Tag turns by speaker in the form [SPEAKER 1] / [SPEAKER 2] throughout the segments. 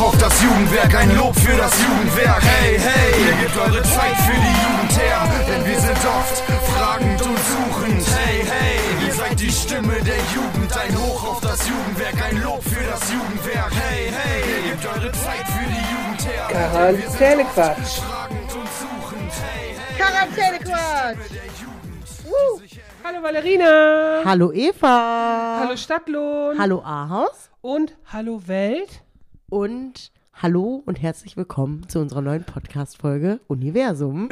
[SPEAKER 1] Jugendwerk, ein Lob für das Jugendwerk. Hey, hey, ihr gebt eure Zeit für die Jugend her, denn wir sind oft fragend und suchend. Hey, hey, ihr seid die Stimme der Jugend, ein Hoch auf das Jugendwerk, ein Lob für das Jugendwerk. Hey, hey, ihr gebt eure Zeit für die Jugend her. denn wir sind
[SPEAKER 2] Quarantänequatsch.
[SPEAKER 1] oft fragend und suchend. Hey, hey,
[SPEAKER 2] Quarantänequatsch.
[SPEAKER 1] der Jugend.
[SPEAKER 2] Uh. Hallo Valerina.
[SPEAKER 3] Hallo Eva.
[SPEAKER 2] Hallo Stadtlohn.
[SPEAKER 3] Hallo Ahaus.
[SPEAKER 2] Und hallo Welt.
[SPEAKER 3] Und hallo und herzlich willkommen zu unserer neuen Podcast-Folge Universum.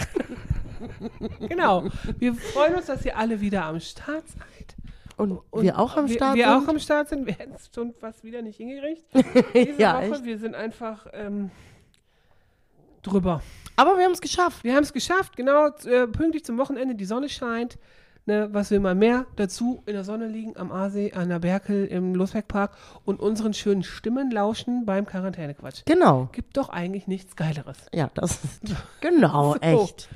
[SPEAKER 2] Genau. Wir freuen uns, dass ihr alle wieder am Start seid.
[SPEAKER 3] Und, wir auch am Start
[SPEAKER 2] wir, wir
[SPEAKER 3] sind.
[SPEAKER 2] auch am Start sind. Wir hätten es schon fast wieder nicht hingekriegt. Diese
[SPEAKER 3] Ja,
[SPEAKER 2] Woche,
[SPEAKER 3] echt.
[SPEAKER 2] wir sind einfach ähm, drüber.
[SPEAKER 3] Aber wir haben es geschafft.
[SPEAKER 2] Wir haben es geschafft, genau, z- äh, pünktlich zum Wochenende, die Sonne scheint. Ne, was will man mehr? Dazu in der Sonne liegen, am Aasee, an der Berkel, im Losbergpark und unseren schönen Stimmen lauschen beim Quarantänequatsch.
[SPEAKER 3] Genau.
[SPEAKER 2] Gibt doch eigentlich nichts Geileres.
[SPEAKER 3] Ja, das ist genau, echt.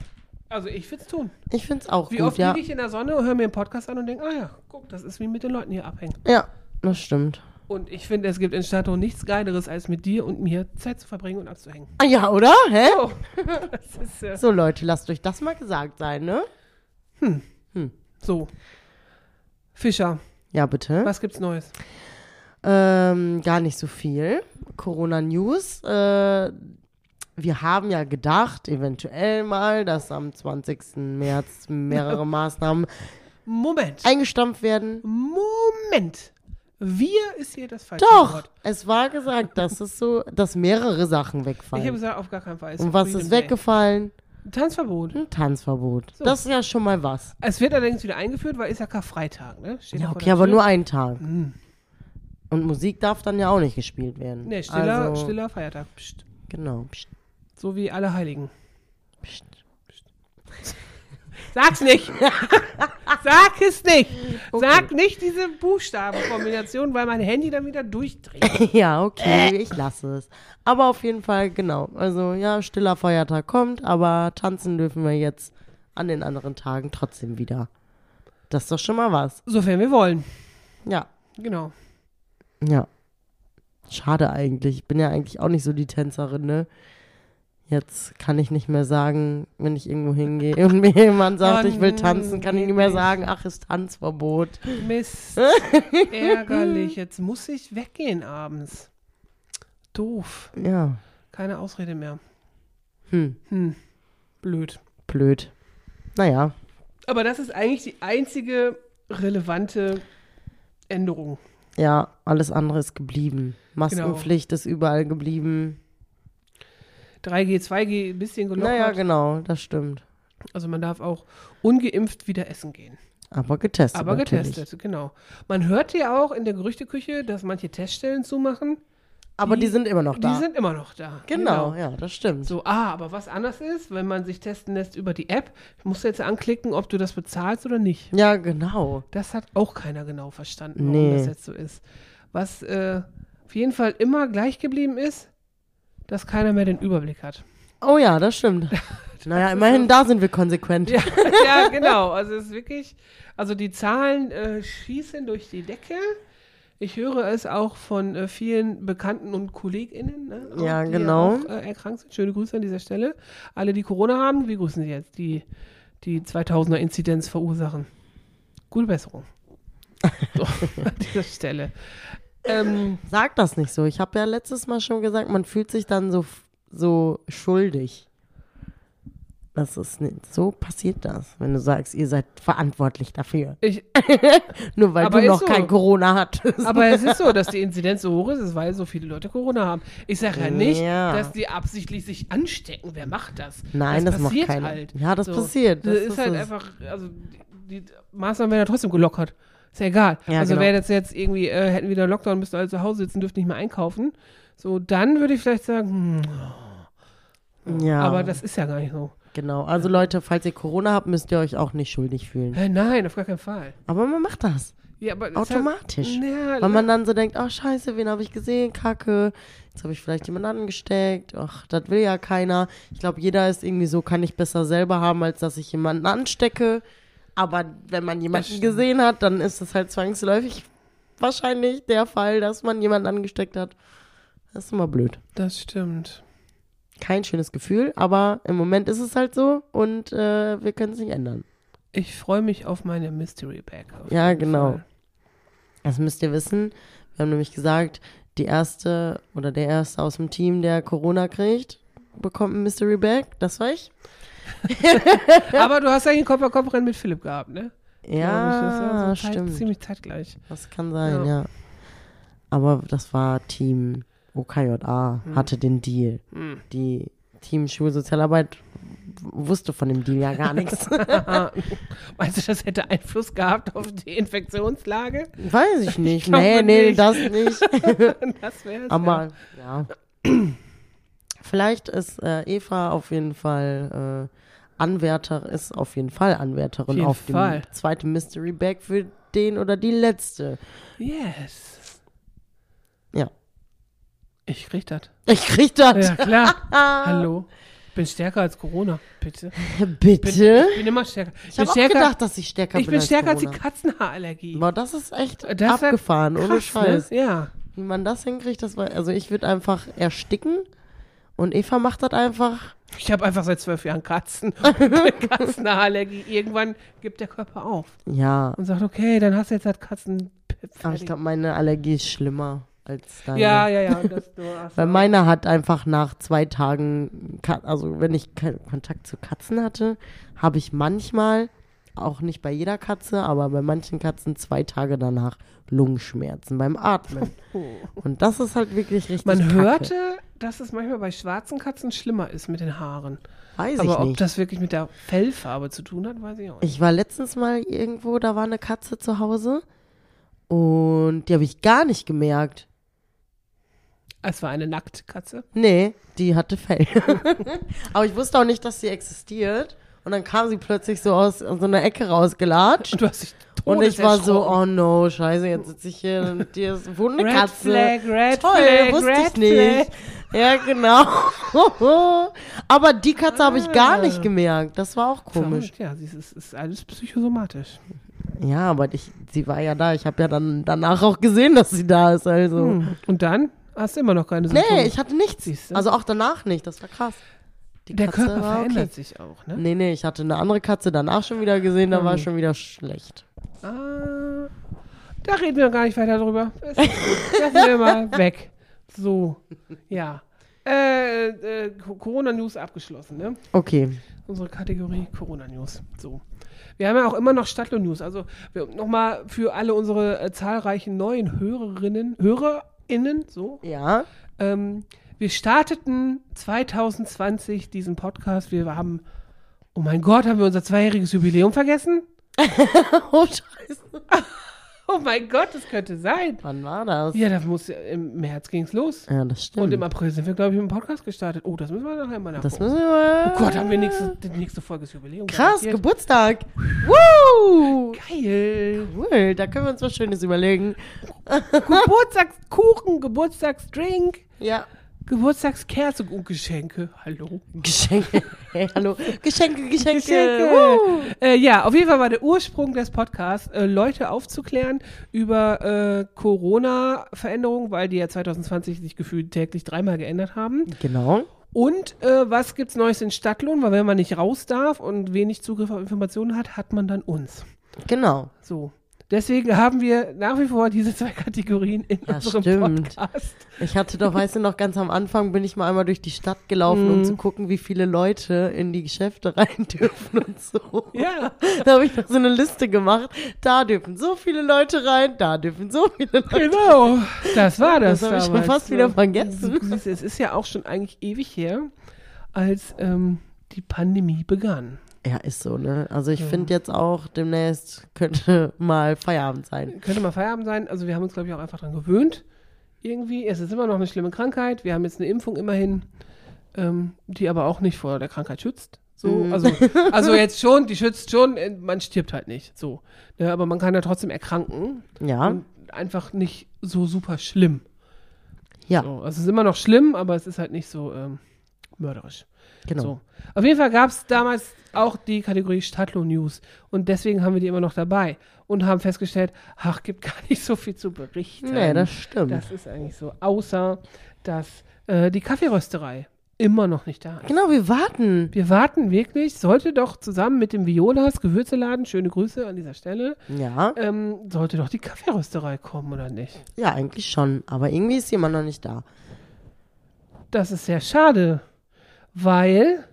[SPEAKER 2] Also ich würde es tun.
[SPEAKER 3] Ich finde es auch
[SPEAKER 2] Wie
[SPEAKER 3] gut,
[SPEAKER 2] oft
[SPEAKER 3] ja.
[SPEAKER 2] liege ich in der Sonne, höre mir einen Podcast an und denke, ah ja, guck, das ist wie mit den Leuten hier abhängen.
[SPEAKER 3] Ja, das stimmt.
[SPEAKER 2] Und ich finde, es gibt in Stadtau nichts Geileres, als mit dir und mir Zeit zu verbringen und abzuhängen.
[SPEAKER 3] Ah ja, oder? Hä?
[SPEAKER 2] Oh, das ist äh,
[SPEAKER 3] So Leute, lasst euch das mal gesagt sein, ne?
[SPEAKER 2] so. Fischer,
[SPEAKER 3] Ja, bitte.
[SPEAKER 2] was gibt's Neues?
[SPEAKER 3] Ähm, gar nicht so viel. Corona News. Äh, wir haben ja gedacht, eventuell mal, dass am 20. März mehrere Maßnahmen
[SPEAKER 2] Moment.
[SPEAKER 3] eingestampft werden.
[SPEAKER 2] Moment. Wir ist hier das falsche
[SPEAKER 3] Doch,
[SPEAKER 2] Wort.
[SPEAKER 3] es war gesagt, dass es so, dass mehrere Sachen
[SPEAKER 2] Ich habe
[SPEAKER 3] wegfallen.
[SPEAKER 2] gesagt, auf gar keinen Fall. Es
[SPEAKER 3] Und was
[SPEAKER 2] Freedom
[SPEAKER 3] ist
[SPEAKER 2] Day.
[SPEAKER 3] weggefallen?
[SPEAKER 2] Tanzverbot.
[SPEAKER 3] Ein Tanzverbot.
[SPEAKER 2] So.
[SPEAKER 3] Das ist ja schon mal was.
[SPEAKER 2] Es wird allerdings wieder eingeführt, weil ist ja Karfreitag, ne? Steht
[SPEAKER 3] Ja,
[SPEAKER 2] vor
[SPEAKER 3] okay,
[SPEAKER 2] der
[SPEAKER 3] aber
[SPEAKER 2] Tür.
[SPEAKER 3] nur einen Tag.
[SPEAKER 2] Mhm.
[SPEAKER 3] Und Musik darf dann ja auch nicht gespielt werden.
[SPEAKER 2] Nee, stiller,
[SPEAKER 3] also,
[SPEAKER 2] stiller Feiertag. Psst.
[SPEAKER 3] Genau. Psst,
[SPEAKER 2] So wie alle Heiligen.
[SPEAKER 3] psst.
[SPEAKER 2] Sag's nicht! Sag es nicht! Sag nicht diese Buchstabenkombination, weil mein Handy dann wieder durchdreht.
[SPEAKER 3] Ja, okay, ich lasse es. Aber auf jeden Fall, genau. Also ja, stiller Feiertag kommt, aber tanzen dürfen wir jetzt an den anderen Tagen trotzdem wieder. Das ist doch schon mal was.
[SPEAKER 2] Sofern wir wollen.
[SPEAKER 3] Ja,
[SPEAKER 2] Genau.
[SPEAKER 3] ja. Schade eigentlich. Ich bin ja eigentlich auch nicht so die Tänzerin, ne? Jetzt kann ich nicht mehr sagen, wenn ich irgendwo hingehe und mir jemand sagt, ich will tanzen, kann ich nicht mehr sagen, ach, ist Tanzverbot.
[SPEAKER 2] Mist. Ärgerlich. Jetzt muss ich weggehen abends. Doof.
[SPEAKER 3] Ja,
[SPEAKER 2] Keine Ausrede mehr.
[SPEAKER 3] Hm.
[SPEAKER 2] Hm. Blöd.
[SPEAKER 3] blöd. Naja,
[SPEAKER 2] Aber das ist eigentlich die einzige relevante Änderung.
[SPEAKER 3] Ja, alles andere ist geblieben.
[SPEAKER 2] Genau.
[SPEAKER 3] Maskenpflicht ist überall geblieben.
[SPEAKER 2] 3G, 2G, ein bisschen gelockert.
[SPEAKER 3] Naja, genau, das stimmt.
[SPEAKER 2] Also man darf auch ungeimpft wieder essen gehen.
[SPEAKER 3] Aber getestet.
[SPEAKER 2] Aber
[SPEAKER 3] natürlich.
[SPEAKER 2] getestet, genau. Man hörte ja auch in der Gerüchteküche, dass manche Teststellen zumachen.
[SPEAKER 3] Aber die,
[SPEAKER 2] Die-
[SPEAKER 3] sind immer noch da.
[SPEAKER 2] Die sind immer noch da.
[SPEAKER 3] genau, ja, das stimmt.
[SPEAKER 2] So, ah, aber was anders ist, wenn man sich testen lässt über die App, musst du jetzt anklicken, ob du das bezahlst oder nicht.
[SPEAKER 3] Ja, genau.
[SPEAKER 2] Das hat auch keiner genau verstanden, warum
[SPEAKER 3] Nee.
[SPEAKER 2] das jetzt so ist. Was äh, auf jeden Fall immer gleich geblieben ist, dass keiner mehr den Überblick hat.
[SPEAKER 3] Oh ja, das stimmt. naja, immerhin da sind wir konsequent.
[SPEAKER 2] Ja, ja genau. Also es ist wirklich, also die Zahlen äh, schießen durch die Decke. Ich höre es auch von äh, vielen Bekannten und KollegInnen, ne, auch,
[SPEAKER 3] Ja,
[SPEAKER 2] die
[SPEAKER 3] genau.
[SPEAKER 2] auch äh, erkrankt sind. Schöne Grüße an dieser Stelle. Alle, die Corona haben, wir grüßen sie jetzt, die die 2000er-Inzidenz verursachen. Gute Besserung. So, an dieser Stelle. Ähm,
[SPEAKER 3] Sag das nicht so. Ich habe ja letztes Mal schon gesagt, man fühlt sich dann so, so schuldig. Das ist nicht, so passiert das, wenn du sagst, ihr seid verantwortlich dafür.
[SPEAKER 2] ich,
[SPEAKER 3] Nur weil
[SPEAKER 2] Aber
[SPEAKER 3] du
[SPEAKER 2] ist
[SPEAKER 3] noch
[SPEAKER 2] so.
[SPEAKER 3] kein Corona hattest.
[SPEAKER 2] Aber es ist so, dass die Inzidenz so hoch ist, ist, weil so viele Leute Corona haben. Ich sage ja nicht,
[SPEAKER 3] Ja.
[SPEAKER 2] dass die absichtlich sich anstecken. Wer macht das?
[SPEAKER 3] Nein, das macht keiner.
[SPEAKER 2] Halt.
[SPEAKER 3] Ja, das passiert.
[SPEAKER 2] Das
[SPEAKER 3] Das
[SPEAKER 2] ist
[SPEAKER 3] ist
[SPEAKER 2] halt
[SPEAKER 3] es.
[SPEAKER 2] einfach, also die, die Maßnahmen werden ja trotzdem gelockert. Ist ja egal.
[SPEAKER 3] Ja,
[SPEAKER 2] also
[SPEAKER 3] genau.
[SPEAKER 2] wäre jetzt jetzt irgendwie, äh, hätten wieder Lockdown, müssten alle zu Hause sitzen, dürften nicht mehr einkaufen. So, dann würde ich vielleicht sagen, hm,
[SPEAKER 3] ja.
[SPEAKER 2] aber das ist ja gar nicht so.
[SPEAKER 3] Genau, also Leute, falls ihr Corona habt, müsst ihr euch auch nicht schuldig fühlen.
[SPEAKER 2] Hä, nein, auf gar keinen Fall.
[SPEAKER 3] Aber man macht das
[SPEAKER 2] Ja, aber es ist
[SPEAKER 3] automatisch.
[SPEAKER 2] Halt, ja,
[SPEAKER 3] Weil man dann so denkt, ach scheiße, wen habe ich gesehen? Kacke, jetzt habe ich vielleicht jemand angesteckt. Ach, das will ja keiner. Ich glaube, jeder ist irgendwie so, kann ich besser selber haben, als dass ich jemanden anstecke. Aber wenn man jemanden
[SPEAKER 2] stimmt.
[SPEAKER 3] gesehen hat, dann ist es halt zwangsläufig wahrscheinlich der Fall, dass man jemanden angesteckt hat. Das ist immer blöd.
[SPEAKER 2] Das stimmt.
[SPEAKER 3] Kein schönes Gefühl, aber im Moment ist es halt so und äh, wir können es nicht ändern.
[SPEAKER 2] Ich freue mich auf meine Mystery Bag. auf
[SPEAKER 3] Ja,
[SPEAKER 2] jeden
[SPEAKER 3] genau.
[SPEAKER 2] Fall.
[SPEAKER 3] Das müsst ihr wissen. Wir haben nämlich gesagt, die erste oder der erste aus dem Team, der Corona kriegt, bekommt ein Mystery Bag. Das war ich.
[SPEAKER 2] Aber du hast eigentlich ein Kopf-an-Kopf-Rennen mit Philipp gehabt, ne? Glaub ich. Das war
[SPEAKER 3] Ja,
[SPEAKER 2] so zeit-
[SPEAKER 3] stimmt.
[SPEAKER 2] Ziemlich zeitgleich.
[SPEAKER 3] Das kann
[SPEAKER 2] Ja.
[SPEAKER 3] sein, ja. Aber das war Team OKJA,
[SPEAKER 2] Mhm.
[SPEAKER 3] hatte den Deal.
[SPEAKER 2] Hm.
[SPEAKER 3] Die Team Schulsozialarbeit w- wusste von dem Deal ja gar nichts.
[SPEAKER 2] Meinst du, das hätte Einfluss gehabt auf die Infektionslage?
[SPEAKER 3] Weiß ich nicht.
[SPEAKER 2] glaube
[SPEAKER 3] nee, nee,
[SPEAKER 2] nicht.
[SPEAKER 3] das nicht.
[SPEAKER 2] Das wär's. ja.
[SPEAKER 3] Aber ja. Vielleicht ist äh, Eva auf jeden Fall äh, Anwärter, ist auf jeden Fall Anwärterin auf,
[SPEAKER 2] Auf jeden
[SPEAKER 3] dem
[SPEAKER 2] Fall.
[SPEAKER 3] zweiten Mystery Bag für den oder die letzte.
[SPEAKER 2] Yes.
[SPEAKER 3] Ja.
[SPEAKER 2] Ich krieg das.
[SPEAKER 3] Ich krieg das.
[SPEAKER 2] Ja, klar. Hallo. Ich bin stärker als Corona. Bitte.
[SPEAKER 3] Bitte?
[SPEAKER 2] Ich bin immer stärker.
[SPEAKER 3] Ich
[SPEAKER 2] bin
[SPEAKER 3] habe auch
[SPEAKER 2] stärker,
[SPEAKER 3] gedacht, dass ich stärker
[SPEAKER 2] ich
[SPEAKER 3] bin.
[SPEAKER 2] bin stärker als die
[SPEAKER 3] Corona.
[SPEAKER 2] Katzenhaarallergie.
[SPEAKER 3] Boah, das ist echt
[SPEAKER 2] Das ist ja
[SPEAKER 3] abgefahren, ohne Scheiß.
[SPEAKER 2] Ne? Ja.
[SPEAKER 3] Wie man das hinkriegt, das war, also ich würde einfach ersticken und Eva macht das einfach.
[SPEAKER 2] Ich habe einfach seit zwölf Jahren Katzen. Und Katzenhaarallergie. Irgendwann gibt der Körper auf
[SPEAKER 3] Ja,
[SPEAKER 2] und sagt, okay, dann hast du jetzt halt Katzen.
[SPEAKER 3] aber ich glaube, meine Allergie ist schlimmer als deine.
[SPEAKER 2] Ja, ja, ja. Das, du hast
[SPEAKER 3] Weil meiner hat einfach nach zwei Tagen, Ka- also wenn ich keinen Kontakt zu Katzen hatte, habe ich manchmal, auch nicht bei jeder Katze, aber bei manchen Katzen zwei Tage danach Lungenschmerzen beim Atmen. Und das ist halt wirklich richtig.
[SPEAKER 2] Oh. Man
[SPEAKER 3] kacke.
[SPEAKER 2] hörte, dass es manchmal bei schwarzen Katzen schlimmer ist mit den Haaren.
[SPEAKER 3] Weiß
[SPEAKER 2] Aber
[SPEAKER 3] ich
[SPEAKER 2] ob
[SPEAKER 3] nicht.
[SPEAKER 2] das wirklich mit der Fellfarbe zu tun hat, weiß ich auch nicht.
[SPEAKER 3] Ich war letztens mal irgendwo, da war eine Katze zu Hause und die habe ich gar nicht gemerkt.
[SPEAKER 2] Es war eine Nacktkatze.
[SPEAKER 3] Nee, die hatte Fell. aber ich wusste auch nicht, dass sie existiert. Und dann kam sie plötzlich so aus, aus so einer Ecke rausgelatscht.
[SPEAKER 2] Und du hast dich
[SPEAKER 3] Und ich war so,
[SPEAKER 2] todeserschrocken.
[SPEAKER 3] oh no, scheiße, jetzt sitze ich hier und dir ist
[SPEAKER 2] Red
[SPEAKER 3] Wundekatze.
[SPEAKER 2] Flag, Red
[SPEAKER 3] Toll,
[SPEAKER 2] Flag,
[SPEAKER 3] wusste
[SPEAKER 2] Red
[SPEAKER 3] ich nicht. Ja, genau. Aber die Katze habe ich gar nicht gemerkt. Das war auch komisch.
[SPEAKER 2] Ah. Verrückt, Ja, es ist, ist alles psychosomatisch.
[SPEAKER 3] Ja, aber ich, sie war ja da. Ich habe ja dann danach auch gesehen, dass sie da ist. Also.
[SPEAKER 2] Hm. Und dann hast du immer noch keine Symptome.
[SPEAKER 3] Nee, ich hatte nichts.
[SPEAKER 2] Siehst du?
[SPEAKER 3] Also auch danach nicht. Das war krass. Die
[SPEAKER 2] Der
[SPEAKER 3] Katze
[SPEAKER 2] Körper
[SPEAKER 3] war okay.
[SPEAKER 2] verändert sich auch, ne? Mhm.
[SPEAKER 3] Nee, nee, ich hatte eine andere Katze danach schon wieder gesehen. Da war schon wieder schlecht.
[SPEAKER 2] Ah, da reden wir gar nicht weiter drüber. Das lassen wir mal weg. So, ja. Äh, äh, Co- Corona-News abgeschlossen, ne?
[SPEAKER 3] Okay.
[SPEAKER 2] unsere Kategorie Corona-News. So. Wir haben ja auch immer noch Stadtlo-News. Also nochmal für alle unsere äh, zahlreichen neuen Hörerinnen, HörerInnen, so.
[SPEAKER 3] Ja.
[SPEAKER 2] Ähm, wir starteten 2020 diesen Podcast. Wir haben, oh mein Gott, haben wir unser zweijähriges Jubiläum vergessen?
[SPEAKER 3] Oh, scheiße.
[SPEAKER 2] Oh mein Gott, das könnte sein.
[SPEAKER 3] Wann war das?
[SPEAKER 2] Ja, da muss, äh, im März ging's los.
[SPEAKER 3] Ja, das stimmt.
[SPEAKER 2] Und im April sind wir, glaube ich, mit dem Podcast gestartet. Oh, das müssen wir nachher mal
[SPEAKER 3] das
[SPEAKER 2] nachgucken.
[SPEAKER 3] müssen wir mal.
[SPEAKER 2] Oh Gott, haben wir nächste, die nächste Folge ist Jubiläum.
[SPEAKER 3] Krass,
[SPEAKER 2] garantiert.
[SPEAKER 3] Geburtstag. Woo!
[SPEAKER 2] Geil.
[SPEAKER 3] Cool, da können wir uns was Schönes überlegen.
[SPEAKER 2] Geburtstagskuchen, Geburtstagsdrink,
[SPEAKER 3] Ja.
[SPEAKER 2] Geburtstagskerze und Geschenke. Hallo.
[SPEAKER 3] Geschenke. Hey, hallo. Geschenke, Geschenke. Woo!
[SPEAKER 2] Äh, ja, auf jeden Fall war der Ursprung des Podcasts, äh, Leute aufzuklären über äh, Corona-Veränderungen, weil die ja 2020 sich gefühlt täglich dreimal geändert haben.
[SPEAKER 3] Genau.
[SPEAKER 2] Und äh, was gibt's Neues in Stadtlohn? Weil wenn man nicht raus darf und wenig Zugriff auf Informationen hat, hat man dann uns.
[SPEAKER 3] Genau.
[SPEAKER 2] So. Deswegen haben wir nach wie vor diese zwei Kategorien in
[SPEAKER 3] Ja,
[SPEAKER 2] unserem
[SPEAKER 3] stimmt.
[SPEAKER 2] Podcast.
[SPEAKER 3] Ich hatte doch, weißt du, noch ganz am Anfang bin ich mal einmal durch die Stadt gelaufen,
[SPEAKER 2] Mhm.
[SPEAKER 3] um zu gucken, wie viele Leute in die Geschäfte rein dürfen und so.
[SPEAKER 2] Ja.
[SPEAKER 3] Da habe ich noch so eine Liste gemacht. Da dürfen so viele Leute rein, da dürfen so viele Leute
[SPEAKER 2] Genau, das war das.
[SPEAKER 3] Das habe ich schon
[SPEAKER 2] damals,
[SPEAKER 3] fast
[SPEAKER 2] ne?
[SPEAKER 3] wieder vergessen.
[SPEAKER 2] Du siehst, es ist ja auch schon eigentlich ewig her, als ähm, die Pandemie begann.
[SPEAKER 3] Ja, ist so, ne? Also ich finde jetzt auch, demnächst könnte mal Feierabend sein.
[SPEAKER 2] Könnte mal Feierabend sein. Also wir haben uns, glaube ich, auch einfach dran gewöhnt. Irgendwie, es ist immer noch eine schlimme Krankheit. Wir haben jetzt eine Impfung immerhin, ähm, die aber auch nicht vor der Krankheit schützt. So,
[SPEAKER 3] Mhm.
[SPEAKER 2] also, also jetzt schon, die schützt schon, äh, man stirbt halt nicht. So. Ne, aber man kann ja trotzdem erkranken.
[SPEAKER 3] Ja,
[SPEAKER 2] Einfach nicht so super schlimm.
[SPEAKER 3] ja.
[SPEAKER 2] So, also es ist immer noch schlimm, aber es ist halt nicht so ähm, mörderisch.
[SPEAKER 3] Genau.
[SPEAKER 2] So. Auf jeden Fall gab es damals auch die Kategorie Stadtlohn-News und deswegen haben wir die immer noch dabei und haben festgestellt, ach, gibt gar nicht so viel zu berichten.
[SPEAKER 3] Nee, Ähm, das stimmt.
[SPEAKER 2] Das ist eigentlich so. Außer, dass äh, die Kaffeerösterei immer noch nicht da ist.
[SPEAKER 3] genau, wir warten.
[SPEAKER 2] Wir warten wirklich, sollte doch zusammen mit dem Violas Gewürzeladen, schöne Grüße an dieser Stelle,
[SPEAKER 3] Ja,
[SPEAKER 2] ähm, sollte doch die Kaffeerösterei kommen, oder nicht?
[SPEAKER 3] ja, eigentlich schon. Aber irgendwie ist jemand noch nicht da.
[SPEAKER 2] Das ist sehr schade, weil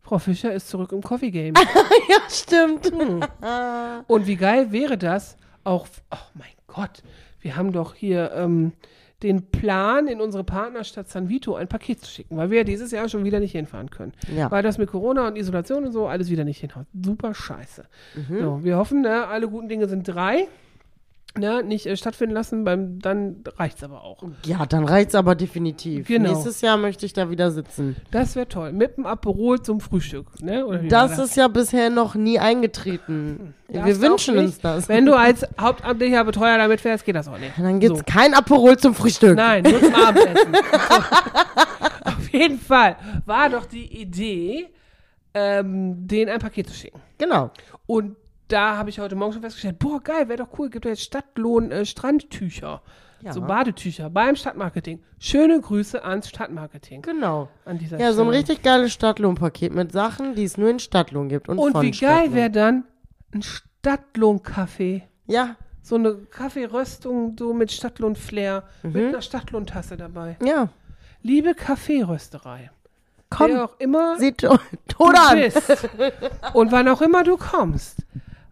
[SPEAKER 2] Frau Fischer ist zurück im Coffee Game.
[SPEAKER 3] ja, stimmt.
[SPEAKER 2] Und wie geil wäre das auch, oh mein Gott, wir haben doch hier ähm, den Plan, in unsere Partnerstadt San Vito ein Paket zu schicken, weil wir ja dieses Jahr schon wieder nicht hinfahren können.
[SPEAKER 3] Ja.
[SPEAKER 2] Weil das mit Corona und Isolation und so alles wieder nicht hinhaut. Super scheiße.
[SPEAKER 3] Mhm.
[SPEAKER 2] So, wir hoffen, ne, alle guten Dinge sind drei. Ne, nicht äh, stattfinden lassen, beim, dann reicht's aber auch.
[SPEAKER 3] Ja, dann reicht's aber definitiv.
[SPEAKER 2] Genau.
[SPEAKER 3] Nächstes Jahr möchte ich da wieder sitzen.
[SPEAKER 2] Das wäre toll. Mit dem Aperol zum Frühstück. Ne? Oder wie war
[SPEAKER 3] Das ist ja bisher noch nie eingetreten.
[SPEAKER 2] Darfst
[SPEAKER 3] Wir
[SPEAKER 2] du auch
[SPEAKER 3] wünschen
[SPEAKER 2] nicht.
[SPEAKER 3] uns das.
[SPEAKER 2] Wenn du als hauptamtlicher Betreuer damit fährst, geht das auch nicht.
[SPEAKER 3] dann gibt's
[SPEAKER 2] So.
[SPEAKER 3] kein Aperol zum Frühstück.
[SPEAKER 2] Nein, nur zum Abendessen. So. Auf jeden Fall war doch die Idee, ähm, denen ein Paket zu schicken.
[SPEAKER 3] Genau.
[SPEAKER 2] Und da habe ich heute Morgen schon festgestellt, boah, geil, wäre doch cool, gibt doch jetzt Stadtlohn äh, Strandtücher.
[SPEAKER 3] Ja.
[SPEAKER 2] So Badetücher beim Stadtmarketing. Schöne Grüße ans Stadtmarketing.
[SPEAKER 3] Genau.
[SPEAKER 2] An dieser
[SPEAKER 3] Ja, so ein
[SPEAKER 2] Stelle.
[SPEAKER 3] richtig geiles Stadtlohnpaket mit Sachen, die es nur in Stadtlohn gibt. Und,
[SPEAKER 2] Und
[SPEAKER 3] von
[SPEAKER 2] wie geil
[SPEAKER 3] Stadtlohn.
[SPEAKER 2] wäre dann ein Stadtlohn-Kaffee.
[SPEAKER 3] Ja,
[SPEAKER 2] So eine Kaffeeröstung so mit Stadtlohn-Flair,
[SPEAKER 3] Mhm.
[SPEAKER 2] mit einer Stadtlohntasse dabei.
[SPEAKER 3] ja.
[SPEAKER 2] Liebe Kaffeerösterei, wer
[SPEAKER 3] Komm,
[SPEAKER 2] auch immer
[SPEAKER 3] seht tot
[SPEAKER 2] du
[SPEAKER 3] an.
[SPEAKER 2] bist und wann auch immer du kommst,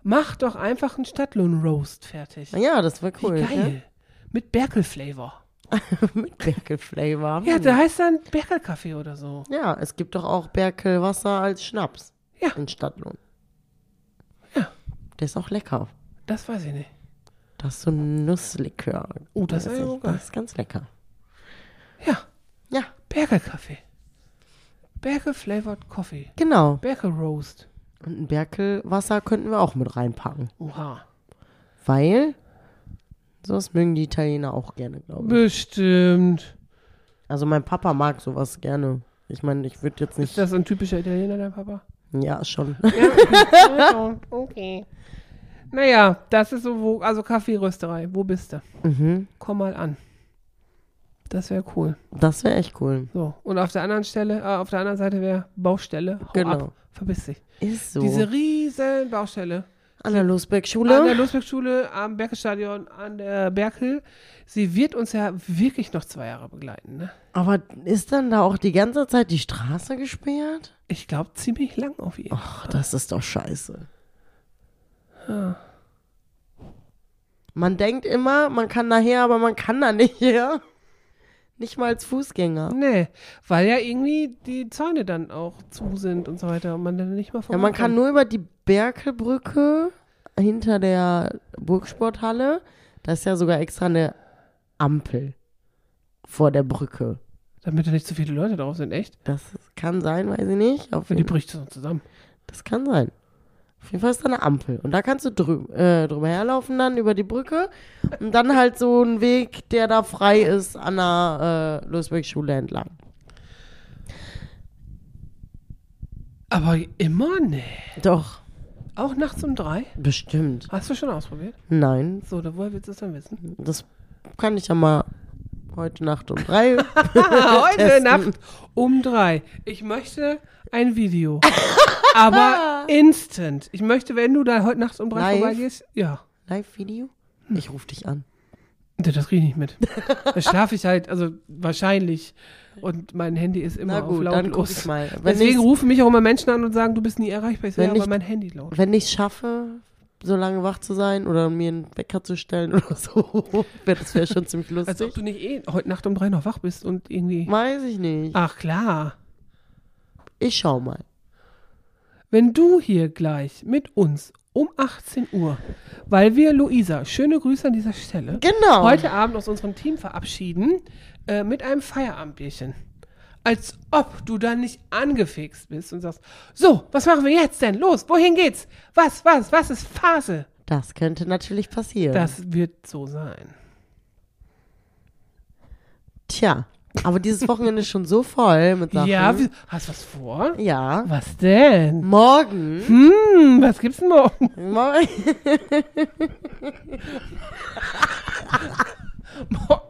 [SPEAKER 2] mach doch einfach einen Stadtlohn-Roast fertig.
[SPEAKER 3] Ja, das war
[SPEAKER 2] Wie
[SPEAKER 3] cool.
[SPEAKER 2] geil. Mit Berkel-Flavor.
[SPEAKER 3] Ne? Mit Berkelflavor.
[SPEAKER 2] Ja, da heißt dann Berkel-Kaffee oder so.
[SPEAKER 3] ja, es gibt doch auch Berkelwasser als Schnaps
[SPEAKER 2] Ja.
[SPEAKER 3] in Stadtlohn.
[SPEAKER 2] Ja.
[SPEAKER 3] Der ist auch lecker.
[SPEAKER 2] Das weiß ich nicht.
[SPEAKER 3] Das ist so ein Nusslikör.
[SPEAKER 2] Oh, das ist
[SPEAKER 3] echt-
[SPEAKER 2] ja geil.
[SPEAKER 3] das ist ganz lecker.
[SPEAKER 2] Ja,
[SPEAKER 3] Ja,
[SPEAKER 2] Berkel-Kaffee. Berkel-Flavored Coffee.
[SPEAKER 3] genau.
[SPEAKER 2] Berkel-Roast.
[SPEAKER 3] Und ein Berkelwasser könnten wir auch mit reinpacken.
[SPEAKER 2] Oha.
[SPEAKER 3] Weil sowas mögen die Italiener auch gerne, glaube ich.
[SPEAKER 2] Bestimmt.
[SPEAKER 3] Also mein Papa mag sowas gerne. Ich meine, ich würde jetzt
[SPEAKER 2] Ist
[SPEAKER 3] nicht.
[SPEAKER 2] das ein typischer Italiener, dein Papa?
[SPEAKER 3] Ja, schon.
[SPEAKER 2] Ja, okay. Naja, das ist so, wo, also Kaffeerösterei. Wo bist du?
[SPEAKER 3] mhm.
[SPEAKER 2] Komm mal an. Das wäre cool.
[SPEAKER 3] Das wäre echt cool.
[SPEAKER 2] So, und auf der anderen Stelle, äh, auf der anderen Seite wäre Baustelle. Hau
[SPEAKER 3] Genau.
[SPEAKER 2] ab, verbiss dich.
[SPEAKER 3] Ist so. Ne?
[SPEAKER 2] Diese riesen Baustelle.
[SPEAKER 3] An der
[SPEAKER 2] An der
[SPEAKER 3] Losberg-Schule.
[SPEAKER 2] Losberg-Schule, am Berkelstadion, an der Berkel. Sie wird uns ja wirklich noch zwei Jahre begleiten, ne?
[SPEAKER 3] Aber ist dann da auch die ganze Zeit die Straße gesperrt?
[SPEAKER 2] Ich glaube, ziemlich lang auf jeden Fall.
[SPEAKER 3] Ach, das ist doch scheiße. Man denkt immer, man kann daher, aber man kann da nicht her. Nicht mal als Fußgänger.
[SPEAKER 2] Nee, weil ja irgendwie die Zäune dann auch zu sind und so weiter und man dann nicht mal
[SPEAKER 3] Ja, man kann nur über die Berkelbrücke hinter der Burgsporthalle. Da ist ja sogar extra eine Ampel vor der Brücke.
[SPEAKER 2] Damit da nicht zu viele Leute drauf sind, echt?
[SPEAKER 3] Das kann sein, weiß ich nicht. Auf
[SPEAKER 2] Wenn die
[SPEAKER 3] jeden,
[SPEAKER 2] bricht es zusammen.
[SPEAKER 3] das kann sein. Auf jeden Fall ist da eine Ampel. Und da kannst du drü äh, drüber herlaufen dann über die Brücke. Und dann halt so einen Weg, der da frei ist an der äh, Losberg-Schule entlang.
[SPEAKER 2] Aber immer? Nee.
[SPEAKER 3] Doch,
[SPEAKER 2] Auch nachts um drei?
[SPEAKER 3] bestimmt.
[SPEAKER 2] Hast du schon ausprobiert?
[SPEAKER 3] Nein,
[SPEAKER 2] So, da woher willst du es dann wissen?
[SPEAKER 3] das kann ich ja mal heute Nacht um drei.
[SPEAKER 2] Heute
[SPEAKER 3] Testen.
[SPEAKER 2] Nacht um drei. Ich möchte ein Video. aber instant. Ich möchte, wenn du da heute Nacht um drei
[SPEAKER 3] Live?
[SPEAKER 2] vorbeigehst. Ja.
[SPEAKER 3] Live-Video? Ich rufe dich an.
[SPEAKER 2] Nee, Das kriege ich nicht mit. Da schlafe ich halt, also wahrscheinlich. Und mein Handy ist immer
[SPEAKER 3] Na
[SPEAKER 2] auf
[SPEAKER 3] gut, dann guck ich
[SPEAKER 2] lautlos.
[SPEAKER 3] mal. Wenn
[SPEAKER 2] Deswegen
[SPEAKER 3] ich's-
[SPEAKER 2] rufen mich auch immer Menschen an und sagen, du bist nie erreichbar. Ich so,
[SPEAKER 3] Wenn
[SPEAKER 2] ja, aber
[SPEAKER 3] nicht-
[SPEAKER 2] mein Handy laut.
[SPEAKER 3] Wenn ich es schaffe, so lange wach zu sein oder mir einen Wecker zu stellen oder so, wär- das wäre schon ziemlich
[SPEAKER 2] Als ob
[SPEAKER 3] lustig.
[SPEAKER 2] du nicht eh heute Nacht um drei noch wach bist und irgendwie.
[SPEAKER 3] Weiß ich nicht.
[SPEAKER 2] Ach klar.
[SPEAKER 3] Ich schau mal.
[SPEAKER 2] Wenn du hier gleich mit uns um 18 Uhr, weil wir Luisa, schöne Grüße an dieser Stelle,
[SPEAKER 3] Genau.
[SPEAKER 2] heute Abend aus unserem Team verabschieden äh, mit einem Feierabendbierchen. Als ob du dann nicht angefixt bist und sagst, so, was machen wir jetzt denn? Los, wohin geht's? Was, was, was ist Phase?
[SPEAKER 3] Das könnte natürlich passieren.
[SPEAKER 2] Das wird so sein.
[SPEAKER 3] Tja, Aber dieses Wochenende ist schon so voll mit Sachen.
[SPEAKER 2] Ja, wie, hast du was vor?
[SPEAKER 3] Ja.
[SPEAKER 2] Was denn?
[SPEAKER 3] Morgen.
[SPEAKER 2] Hm, was gibt's denn morgen?
[SPEAKER 3] Mor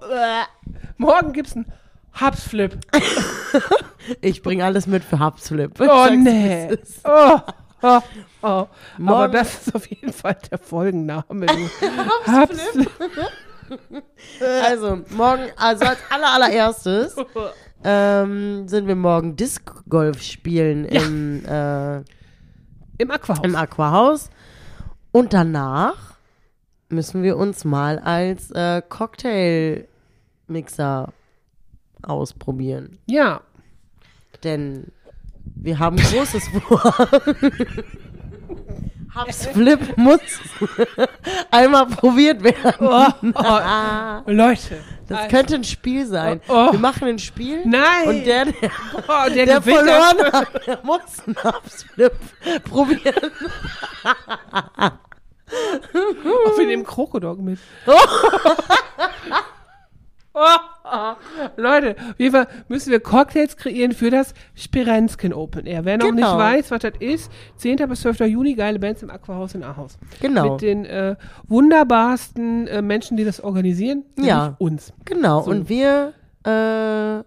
[SPEAKER 2] Morgen gibt's einen Hubsflip.
[SPEAKER 3] ich bringe alles mit für Hubsflip. Ich
[SPEAKER 2] Oh
[SPEAKER 3] sag's,
[SPEAKER 2] nee.
[SPEAKER 3] wie es ist.
[SPEAKER 2] Oh, oh, oh. Aber
[SPEAKER 3] Morgen-
[SPEAKER 2] das ist auf jeden Fall der Folgenname. du. Hubsflip.
[SPEAKER 3] Also, morgen, also als allerallererstes ähm, sind wir morgen Disc-Golf spielen
[SPEAKER 2] Ja.
[SPEAKER 3] im, äh,
[SPEAKER 2] Im Aquahaus.
[SPEAKER 3] im Aquahaus. Und danach müssen wir uns mal als äh, Cocktail-Mixer ausprobieren.
[SPEAKER 2] ja.
[SPEAKER 3] Denn wir haben Großes vor. Habs Flip muss einmal probiert werden.
[SPEAKER 2] Oh, oh. Leute.
[SPEAKER 3] Das
[SPEAKER 2] Also,
[SPEAKER 3] könnte ein Spiel sein.
[SPEAKER 2] Oh, oh.
[SPEAKER 3] Wir machen ein Spiel.
[SPEAKER 2] Nein.
[SPEAKER 3] Und der, der,
[SPEAKER 2] oh, der,
[SPEAKER 3] der
[SPEAKER 2] gewinnt
[SPEAKER 3] verloren hat, der muss einen Habs Flip probieren.
[SPEAKER 2] Oh, wir nehmen Krokodok mit. Oh, oh. Leute, auf jeden Fall müssen wir Cocktails kreieren für das Spirenskin Open Air. Wer noch
[SPEAKER 3] Genau.
[SPEAKER 2] nicht weiß, was das ist, 10. bis 12. Juni, geile Bands im Aquahaus in Ahaus.
[SPEAKER 3] Genau.
[SPEAKER 2] Mit den äh, wunderbarsten äh, Menschen, die das organisieren,
[SPEAKER 3] Ja.
[SPEAKER 2] nämlich uns.
[SPEAKER 3] Genau.
[SPEAKER 2] So.
[SPEAKER 3] Und wir äh,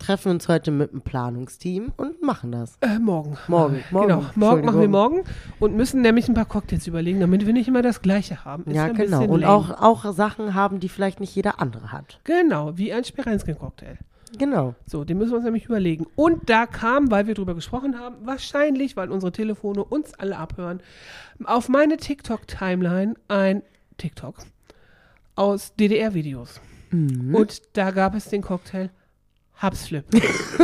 [SPEAKER 3] treffen uns heute mit dem Planungsteam und machen das.
[SPEAKER 2] Äh, morgen.
[SPEAKER 3] Morgen. morgen.
[SPEAKER 2] Genau, morgen machen wir
[SPEAKER 3] Entschuldigung.
[SPEAKER 2] morgen und müssen nämlich ein paar Cocktails überlegen, damit wir nicht immer das gleiche haben. Ist
[SPEAKER 3] Ja,
[SPEAKER 2] ein
[SPEAKER 3] genau.
[SPEAKER 2] bisschen
[SPEAKER 3] Und
[SPEAKER 2] lame.
[SPEAKER 3] auch, auch Sachen haben, die vielleicht nicht jeder andere hat.
[SPEAKER 2] Genau, wie ein Spirenskin-Cocktail.
[SPEAKER 3] Genau.
[SPEAKER 2] So, den müssen wir uns nämlich überlegen. Und da kam, weil wir drüber gesprochen haben, wahrscheinlich, weil unsere Telefone uns alle abhören, auf meine TikTok-Timeline ein TikTok aus DDR-Videos.
[SPEAKER 3] Mhm.
[SPEAKER 2] Und da gab es den Cocktail Hubsflip.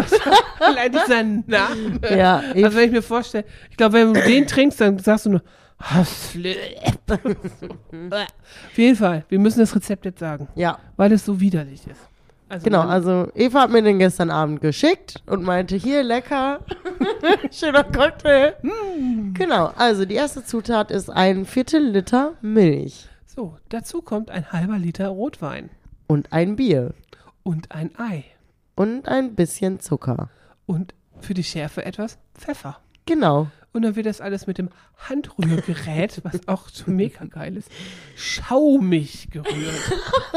[SPEAKER 2] Allein dieser Name.
[SPEAKER 3] Ja, ich-
[SPEAKER 2] also wenn ich mir vorstelle, ich glaube, wenn du den trinkst, dann sagst du nur Hubsflip. auf jeden Fall, wir müssen das Rezept jetzt sagen,
[SPEAKER 3] Ja,
[SPEAKER 2] weil es so widerlich ist. Also
[SPEAKER 3] genau.
[SPEAKER 2] meine-
[SPEAKER 3] Also Eva hat mir den gestern Abend geschickt und meinte, hier, lecker. Schöner Cocktail.
[SPEAKER 2] Hm.
[SPEAKER 3] Genau. Also die erste Zutat ist ein Viertel Liter Milch
[SPEAKER 2] So, dazu kommt ein halber Liter Rotwein
[SPEAKER 3] und ein Bier
[SPEAKER 2] und ein Ei
[SPEAKER 3] und ein bisschen Zucker.
[SPEAKER 2] und für die Schärfe etwas Pfeffer.
[SPEAKER 3] Genau.
[SPEAKER 2] Und dann wird das alles mit dem Handrührgerät, was auch schon mega geil ist, schaumig gerührt.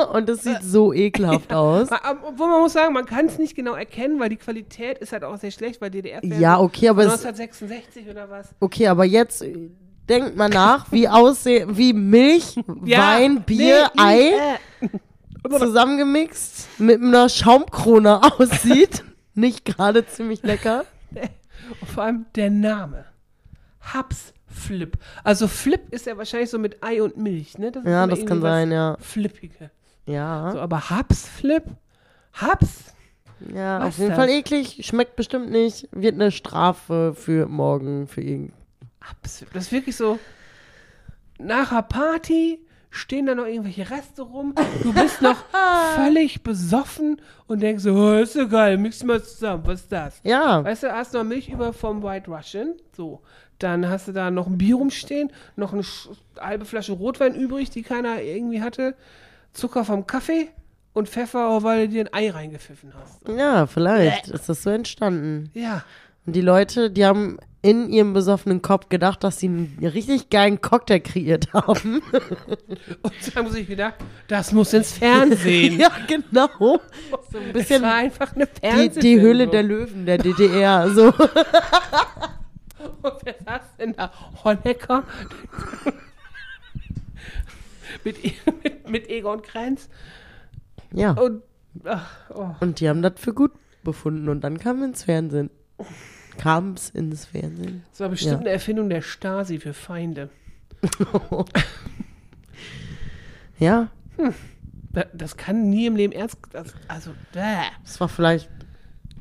[SPEAKER 3] Und es sieht so ekelhaft aus.
[SPEAKER 2] Ma- ab- Obwohl man muss sagen, man kann es nicht genau erkennen, weil die Qualität ist halt auch sehr schlecht, weil DDR
[SPEAKER 3] Ja, okay, aber es,
[SPEAKER 2] 1966 oder was.
[SPEAKER 3] okay, aber jetzt äh, denkt mal nach, wie aussehen, wie Milch,
[SPEAKER 2] Ja,
[SPEAKER 3] Wein, Bier,
[SPEAKER 2] nee,
[SPEAKER 3] Ei.
[SPEAKER 2] Äh,
[SPEAKER 3] zusammengemixt mit einer Schaumkrone aussieht. Nicht gerade ziemlich lecker.
[SPEAKER 2] Und vor allem der Name. Hubsflip. Also Flip ist ja wahrscheinlich so mit Ei und Milch, ne?
[SPEAKER 3] Ja,
[SPEAKER 2] immer
[SPEAKER 3] das
[SPEAKER 2] irgendwie
[SPEAKER 3] kann
[SPEAKER 2] was
[SPEAKER 3] sein, ja.
[SPEAKER 2] Flippige. So,
[SPEAKER 3] Ja,
[SPEAKER 2] aber Hubsflip? Hubs?
[SPEAKER 3] ja
[SPEAKER 2] was
[SPEAKER 3] auf jeden
[SPEAKER 2] das?
[SPEAKER 3] Fall eklig. Schmeckt bestimmt nicht. Wird eine Strafe für morgen, für irgend.
[SPEAKER 2] Hubsflip. Das ist wirklich so. Nach einer Party stehen da noch irgendwelche Reste rum. Du bist noch völlig besoffen und denkst so, oh, ist so geil, mix mal zusammen, was ist das?
[SPEAKER 3] Ja,
[SPEAKER 2] Weißt du, hast noch Milch über vom White Russian. So. Dann hast du da noch ein Bier rumstehen, noch eine Sch- halbe Flasche Rotwein übrig, die keiner irgendwie hatte, Zucker vom Kaffee und Pfeffer, weil du dir ein Ei reingepfiffen hast.
[SPEAKER 3] ja, vielleicht ist das so entstanden.
[SPEAKER 2] Ja.
[SPEAKER 3] Und die Leute, die haben in ihrem besoffenen Kopf gedacht, dass sie einen richtig geilen Cocktail kreiert haben.
[SPEAKER 2] Und dann muss ich gedacht, das muss ins Fernsehen.
[SPEAKER 3] ja, genau. So
[SPEAKER 2] Das
[SPEAKER 3] ein bisschen
[SPEAKER 2] war einfach eine
[SPEAKER 3] die,
[SPEAKER 2] Fernsehsendung.
[SPEAKER 3] die Höhle der Löwen der DDR. So.
[SPEAKER 2] Und wer saß denn da? Honecker? mit, E- mit, mit Egon Krenz?
[SPEAKER 3] Ja.
[SPEAKER 2] Und, ach, oh.
[SPEAKER 3] Und die haben das für gut befunden und dann kam ins Fernsehen. Kam's ins Fernsehen.
[SPEAKER 2] Das war bestimmt
[SPEAKER 3] Ja.
[SPEAKER 2] eine Erfindung der Stasi für Feinde.
[SPEAKER 3] Ja,
[SPEAKER 2] Da- Das kann nie im Leben ernst. Das, also, bäh.
[SPEAKER 3] es war vielleicht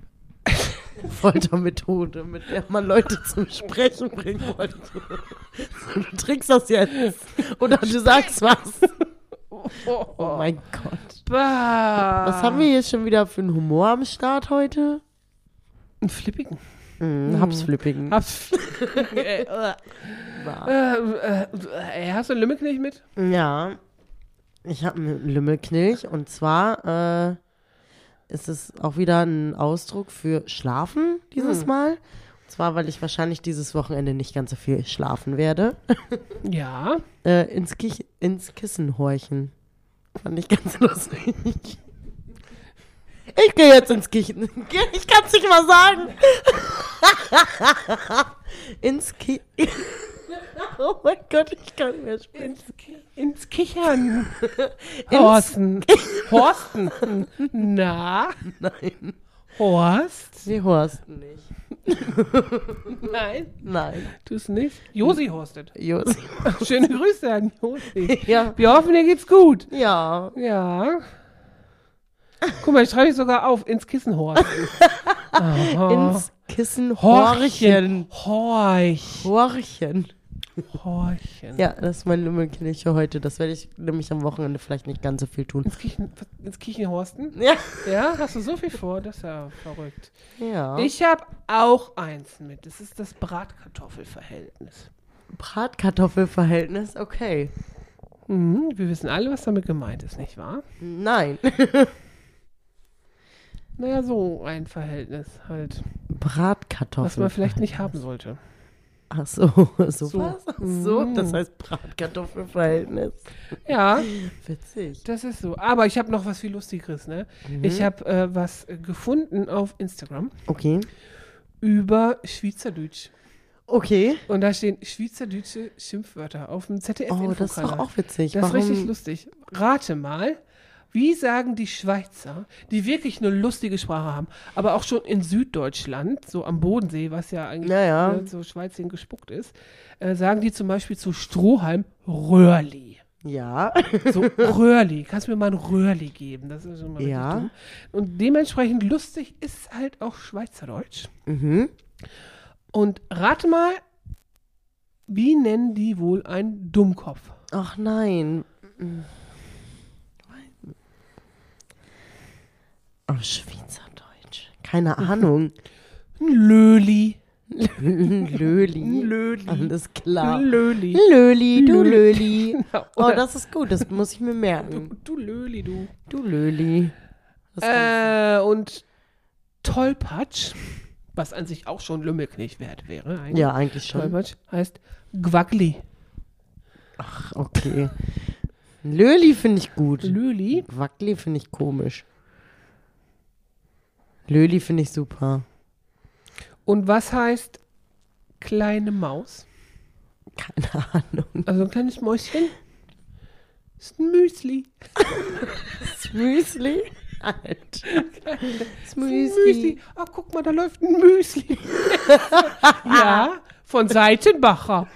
[SPEAKER 3] eine Foltermethode, mit der man Leute zum Sprechen bringen wollte. So, du trinkst das jetzt. Oder du sagst was.
[SPEAKER 2] Oh, oh,
[SPEAKER 3] Oh mein Gott.
[SPEAKER 2] Bäh. Was
[SPEAKER 3] Was haben wir hier schon wieder für einen Humor am Start heute?
[SPEAKER 2] Einen flippigen.
[SPEAKER 3] Hm, Habsflippigen.
[SPEAKER 2] Hab's. äh, äh, äh, äh, hast du einen Lümmelknecht mit?
[SPEAKER 3] Ja, ich habe einen Lümmelknilch und zwar äh, ist es auch wieder ein Ausdruck für Schlafen dieses Mal. Und zwar, weil ich wahrscheinlich dieses Wochenende nicht ganz so viel schlafen werde.
[SPEAKER 2] Ja,
[SPEAKER 3] Äh, ins, Kich ins Kissen horchen. Fand ich ganz lustig. Ich gehe jetzt ins Kichen. Ich kann es nicht mal sagen. ins Ki. Oh mein Gott, ich kann mehr spielen.
[SPEAKER 2] ins Kichern. Horsten. Horsten. Na?
[SPEAKER 3] Nein.
[SPEAKER 2] Horst?
[SPEAKER 3] Sie horsten nicht.
[SPEAKER 2] Nein.
[SPEAKER 3] Nein.
[SPEAKER 2] Tu es nicht. Josi horstet.
[SPEAKER 3] Josi.
[SPEAKER 2] Schöne Grüße an Josi.
[SPEAKER 3] Ja.
[SPEAKER 2] Wir hoffen, dir geht's gut.
[SPEAKER 3] Ja.
[SPEAKER 2] Ja. Guck mal, ich schreibe es sogar auf. Ins Kissen horsten. Aha.
[SPEAKER 3] Ins Kissen horchen.
[SPEAKER 2] Horch.
[SPEAKER 3] Horchen.
[SPEAKER 2] Horchen.
[SPEAKER 3] Ja, das ist meine Lümmelkirche heute. Das werde ich nämlich am Wochenende vielleicht nicht ganz so viel tun.
[SPEAKER 2] Ins, Kichen, ins Kichenhorsten?
[SPEAKER 3] Ja.
[SPEAKER 2] Ja, hast du so viel vor? Das ist ja verrückt.
[SPEAKER 3] Ja.
[SPEAKER 2] Ich habe auch eins mit. Das ist das Bratkartoffelverhältnis.
[SPEAKER 3] Bratkartoffelverhältnis, okay.
[SPEAKER 2] Mhm, wir wissen alle, was damit gemeint ist, nicht wahr?
[SPEAKER 3] Nein.
[SPEAKER 2] Naja, so ein Verhältnis halt,
[SPEAKER 3] Bratkartoffeln.
[SPEAKER 2] was man vielleicht nicht haben sollte.
[SPEAKER 3] Ach so, so.
[SPEAKER 2] So.
[SPEAKER 3] Was? Ach so,
[SPEAKER 2] Mm.
[SPEAKER 3] das heißt Bratkartoffelverhältnis.
[SPEAKER 2] Ja,
[SPEAKER 3] Witzig.
[SPEAKER 2] das ist so. Aber ich habe noch was viel Lustigeres, ne?
[SPEAKER 3] Mhm.
[SPEAKER 2] Ich habe äh, was äh, gefunden auf Instagram
[SPEAKER 3] Okay.
[SPEAKER 2] über Schweizerdeutsch.
[SPEAKER 3] Okay.
[SPEAKER 2] Und da stehen Schweizerdeutsche Schimpfwörter auf dem zdf
[SPEAKER 3] Oh, das ist doch
[SPEAKER 2] Infokanal.
[SPEAKER 3] auch witzig.
[SPEAKER 2] Das ist
[SPEAKER 3] Warum?
[SPEAKER 2] richtig lustig. Rate mal, wie sagen die Schweizer, die wirklich eine lustige Sprache haben, aber auch schon in Süddeutschland, so am Bodensee, was ja eigentlich
[SPEAKER 3] Naja.
[SPEAKER 2] ne, so Schweizchen gespuckt ist, äh, sagen die zum Beispiel zu Strohhalm Röhrli.
[SPEAKER 3] ja.
[SPEAKER 2] So Röhrli. Kannst du mir mal ein Röhrli geben? Das ist schon mal richtig
[SPEAKER 3] Ja.
[SPEAKER 2] dumm. Und dementsprechend lustig ist halt auch Schweizerdeutsch.
[SPEAKER 3] mhm.
[SPEAKER 2] Und rate mal, wie nennen die wohl einen Dummkopf?
[SPEAKER 3] Ach nein. Oh, Schweizerdeutsch. Keine Ahnung.
[SPEAKER 2] Ein Löli. Ein
[SPEAKER 3] Löli.
[SPEAKER 2] Löli.
[SPEAKER 3] Alles
[SPEAKER 2] Ein
[SPEAKER 3] klar.
[SPEAKER 2] Löli.
[SPEAKER 3] Löli, du
[SPEAKER 2] Löli.
[SPEAKER 3] Löli.
[SPEAKER 2] Ja,
[SPEAKER 3] Oh,
[SPEAKER 2] oder-
[SPEAKER 3] das ist gut, das muss ich mir
[SPEAKER 2] Du,
[SPEAKER 3] merken.
[SPEAKER 2] du Löli, du.
[SPEAKER 3] Du Löli. Das kann-
[SPEAKER 2] Äh, und Tollpatsch, was an sich auch schon Lümmelknecht wert wäre. Eigentlich.
[SPEAKER 3] ja, eigentlich schon.
[SPEAKER 2] Tollpatsch heißt Gwackli.
[SPEAKER 3] Ach, okay. Löli finde ich gut.
[SPEAKER 2] Löli.
[SPEAKER 3] Wackli finde ich komisch. Löli finde ich super.
[SPEAKER 2] Und was heißt kleine Maus?
[SPEAKER 3] Keine Ahnung.
[SPEAKER 2] Also ein kleines Mäuschen. Ist ein Müsli.
[SPEAKER 3] Das Müsli? Alter. Das
[SPEAKER 2] Ist ein Müsli.
[SPEAKER 3] Müsli.
[SPEAKER 2] Ah, guck mal, da läuft ein Müsli. ja, von Seitenbacher.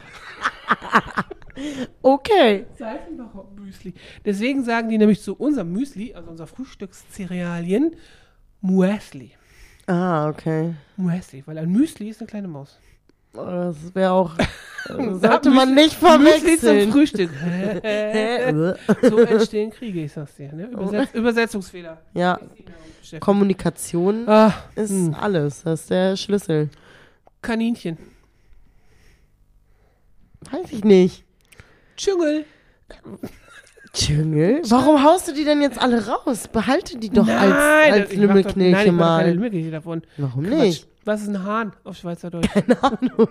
[SPEAKER 3] Okay.
[SPEAKER 2] Seifenbacher Müsli. Deswegen sagen die nämlich zu unserem Müsli, also unser Frühstückscerealien, Muesli.
[SPEAKER 3] Ah, okay.
[SPEAKER 2] Muesli, weil ein Müsli ist eine kleine Maus.
[SPEAKER 3] Oh, Das wäre auch. Sollte man nicht
[SPEAKER 2] Müsli zum
[SPEAKER 3] verwechseln.
[SPEAKER 2] Frühstück.
[SPEAKER 3] Hä?
[SPEAKER 2] so entstehen Kriege, ich sag's dir. Ne?
[SPEAKER 3] Oh.
[SPEAKER 2] Übersetz Übersetzungsfehler.
[SPEAKER 3] Ja,
[SPEAKER 2] Steffen.
[SPEAKER 3] Kommunikation
[SPEAKER 2] Ah,
[SPEAKER 3] ist alles. Das ist der Schlüssel.
[SPEAKER 2] Kaninchen.
[SPEAKER 3] Weiß ich nicht.
[SPEAKER 2] Dschungel.
[SPEAKER 3] Dschungel? Warum haust du die denn jetzt alle raus? Behalte die doch als, als
[SPEAKER 2] ich mach doch- nein,
[SPEAKER 3] Lümmelknilche
[SPEAKER 2] ich mach doch keine
[SPEAKER 3] mal.
[SPEAKER 2] Lümmelknilche davon.
[SPEAKER 3] Warum
[SPEAKER 2] Quatsch.
[SPEAKER 3] nicht?
[SPEAKER 2] Was ist ein Hahn auf Schweizerdeutsch? Keine Ahnung.